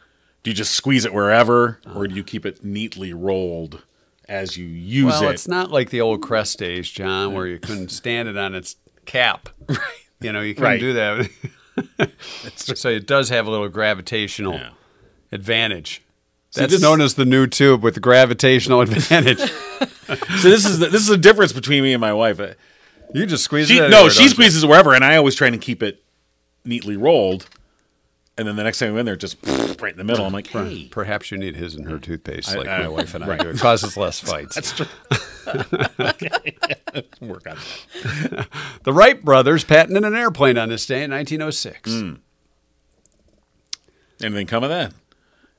Speaker 1: do you just squeeze it wherever, or do you keep it neatly rolled as you use
Speaker 2: Well,
Speaker 1: it?
Speaker 2: it's not like the old Crest days, John, where you couldn't stand it on its cap. Right. You know, you couldn't
Speaker 1: Right.
Speaker 2: do that. so it does have a little gravitational
Speaker 1: Yeah.
Speaker 2: advantage. That's
Speaker 1: this-
Speaker 2: known as the new tube with the gravitational advantage.
Speaker 1: so this is the, this is the difference between me and my wife. Uh,
Speaker 2: You just squeeze
Speaker 1: She,
Speaker 2: it.
Speaker 1: no, she squeezes it wherever, and I always try and keep it neatly rolled. And then the next time I'm in there, just right in the middle. I'm like, hey,
Speaker 2: Perhaps you need his and her toothpaste, like
Speaker 1: I-
Speaker 2: my wife and I
Speaker 1: right.
Speaker 2: do. It causes less fights.
Speaker 1: work on that.
Speaker 2: the Wright brothers patented an airplane on this day in 1906.
Speaker 1: Hmm. Anything come of that?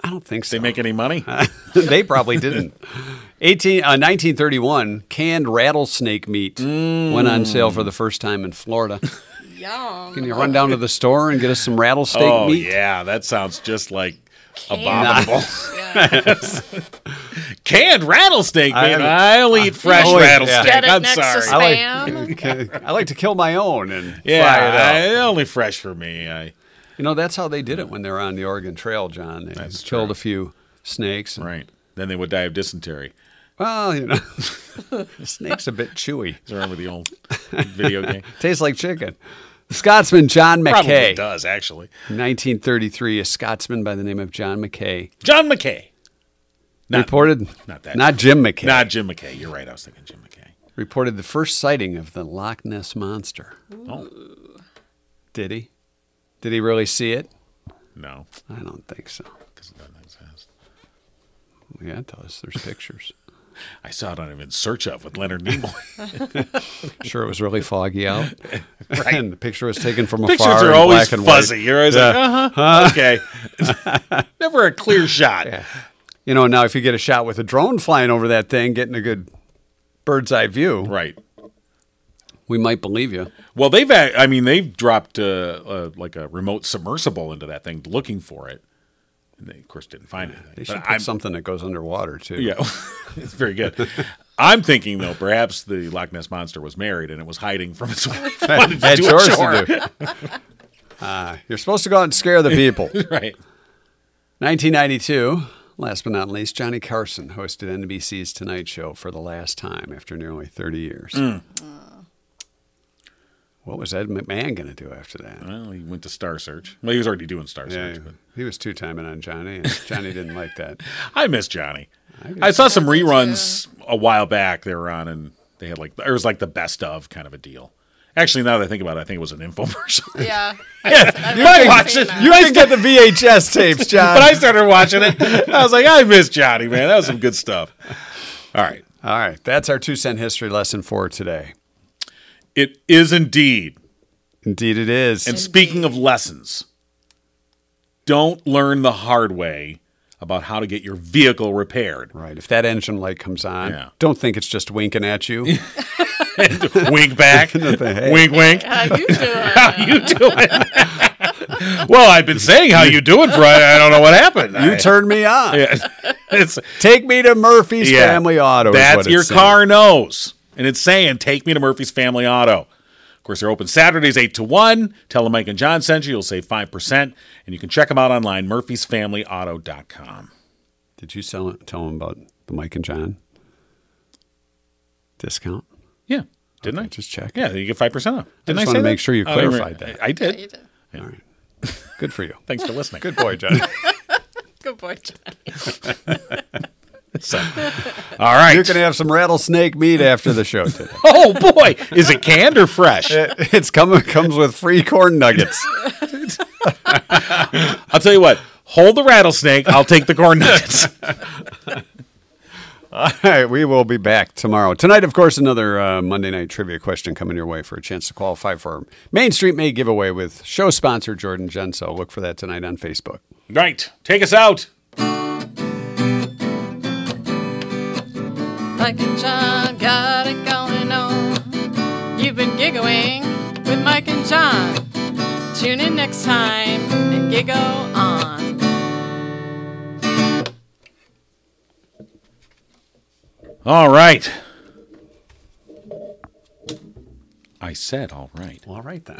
Speaker 2: I don't think so.
Speaker 1: They make any money?
Speaker 2: they probably didn't. 18, uh, 1931, canned rattlesnake meat
Speaker 1: Hmm.
Speaker 2: went on sale for the first time in Florida.
Speaker 3: Yum.
Speaker 2: Can you run down to the store and get us some rattlesnake
Speaker 1: oh
Speaker 2: meat?
Speaker 1: yeah, that sounds just like
Speaker 3: Canned.
Speaker 1: abominable.
Speaker 3: Yeah.
Speaker 1: Canned rattlesnake
Speaker 2: I-
Speaker 1: meat. I only eat fresh
Speaker 2: always-
Speaker 1: rattlesnake.
Speaker 3: Get it
Speaker 1: I'm
Speaker 3: next
Speaker 1: sorry.
Speaker 3: to
Speaker 2: I like-
Speaker 3: spam.
Speaker 2: I like to kill my own and fry it up.
Speaker 1: Yeah, I, only fresh for me. I,
Speaker 2: You know, that's how they did it when they were on the Oregon Trail, John. They killed a few snakes. and-
Speaker 1: right. Then they would die of dysentery.
Speaker 2: Well, you know, snake's a bit chewy.
Speaker 1: Do you remember the old video game?
Speaker 2: Tastes like chicken. Scotsman John
Speaker 1: Probably
Speaker 2: McKay,
Speaker 1: does actually.
Speaker 2: 1933, a Scotsman by the name of John McKay,
Speaker 1: John McKay, Not-
Speaker 2: reported
Speaker 1: not that-
Speaker 2: not Jim McKay,
Speaker 1: not Jim McKay. You're right. I was thinking Jim McKay.
Speaker 2: reported the first sighting of the Loch Ness monster.
Speaker 1: Oh
Speaker 2: Did he? Did he really see it?
Speaker 1: no,
Speaker 2: I don't think so.
Speaker 1: because it doesn't exist.
Speaker 2: Yeah, tell us. There's pictures.
Speaker 1: I saw it on In Search of with Leonard Nimoy.
Speaker 2: sure, it was really foggy out, and the picture was taken from
Speaker 1: Pictures
Speaker 2: afar.
Speaker 1: are
Speaker 2: in
Speaker 1: always
Speaker 2: black and
Speaker 1: fuzzy.
Speaker 2: white.
Speaker 1: You're always like, uh huh, okay. Never a clear shot.
Speaker 2: You know, now if you get a shot with a drone flying over that thing, getting a good bird's eye view,
Speaker 1: Right.
Speaker 2: we might believe you.
Speaker 1: Well, they've ac- I mean they've dropped uh, uh, like a remote submersible into that thing looking for it, and they of course didn't find anything.
Speaker 2: They
Speaker 1: But
Speaker 2: should put
Speaker 1: I'm-
Speaker 2: something that goes underwater too.
Speaker 1: Yeah, it's very good. I'm thinking though, perhaps the Loch Ness monster was married and it was hiding from its wife. Wanted to
Speaker 2: Had
Speaker 1: do a
Speaker 2: chores to
Speaker 1: chore.
Speaker 2: do. Uh, you're supposed to go out and scare the people.
Speaker 1: right.
Speaker 2: 1992, last but not least, Johnny Carson hosted NBC's Tonight Show for the last time after nearly 30 years.
Speaker 1: Mm.
Speaker 2: What was Ed McMahon going to do after that?
Speaker 1: Well, he went to Star Search. Well, he was already doing Star
Speaker 2: Yeah,
Speaker 1: Search. But
Speaker 2: he was two timing on Johnny, and Johnny didn't like that.
Speaker 1: I miss Johnny. I, saw some reruns a while back. They were on, and they had like it was like the best of kind of a deal. Actually, now that I think about it, I think it was an infomercial.
Speaker 3: Yeah.
Speaker 1: yeah, you
Speaker 3: remember
Speaker 1: watch
Speaker 3: seeing
Speaker 1: it.
Speaker 3: that.
Speaker 1: You guys get
Speaker 2: the VHS tapes, John.
Speaker 1: but I started watching it. I was like, I miss Johnny, man. That was some good stuff. All right.
Speaker 2: All right, that's our two cent history lesson for today.
Speaker 1: It is indeed.
Speaker 2: Indeed, it is.
Speaker 1: And speaking of lessons, don't learn the hard way about how to get your vehicle repaired.
Speaker 2: right, if that engine light comes on,
Speaker 1: Yeah.
Speaker 2: don't think it's just winking at you.
Speaker 1: wink back. Wink, wink.
Speaker 3: How you
Speaker 1: How
Speaker 3: doing?
Speaker 1: you doing? well, I've been saying how you doing, for I I don't know what happened.
Speaker 2: you turn me on.
Speaker 1: I- it's,
Speaker 2: Take me to Murphy's
Speaker 1: yeah.
Speaker 2: Family Auto. is
Speaker 1: That's
Speaker 2: what it's
Speaker 1: your
Speaker 2: saying.
Speaker 1: car knows. And it's saying, take me to Murphy's Family Auto. Of course, they're open Saturdays 8 to 1. Tell them Mike and John sent you. You'll save 5%. And you can check them out online, murphysfamilyauto.com.
Speaker 2: Did you sell, tell him about the Mike and John discount?
Speaker 1: Yeah. Didn't I?
Speaker 2: Just check.
Speaker 1: Yeah, you get 5% off. Didn't
Speaker 2: just
Speaker 1: say
Speaker 2: wanna
Speaker 1: that?
Speaker 2: make sure you
Speaker 1: I don't even-
Speaker 2: clarified that.
Speaker 1: I, I did.
Speaker 3: You did.
Speaker 2: Good for you.
Speaker 1: Thanks for listening.
Speaker 2: Good boy, John.
Speaker 3: Good boy, John.
Speaker 1: All right.
Speaker 2: You're going to have some rattlesnake meat after the show today.
Speaker 1: oh, boy. Is it canned or fresh?
Speaker 2: it's come, comes with free corn nuggets.
Speaker 1: I'll tell you what. Hold the rattlesnake. I'll take the corn nuggets.
Speaker 2: All right, we will be back tomorrow. Tonight, of course, another uh, Monday night trivia question coming your way for a chance to qualify for our Main Street May giveaway with show sponsor Jordan Genso. Look for that tonight on Facebook.
Speaker 1: right. Take us out.
Speaker 3: Mike and John got it going on. You've been giggling with Mike and John. Tune in next time and giggle on.
Speaker 1: All right. I said all right.
Speaker 2: All right, then.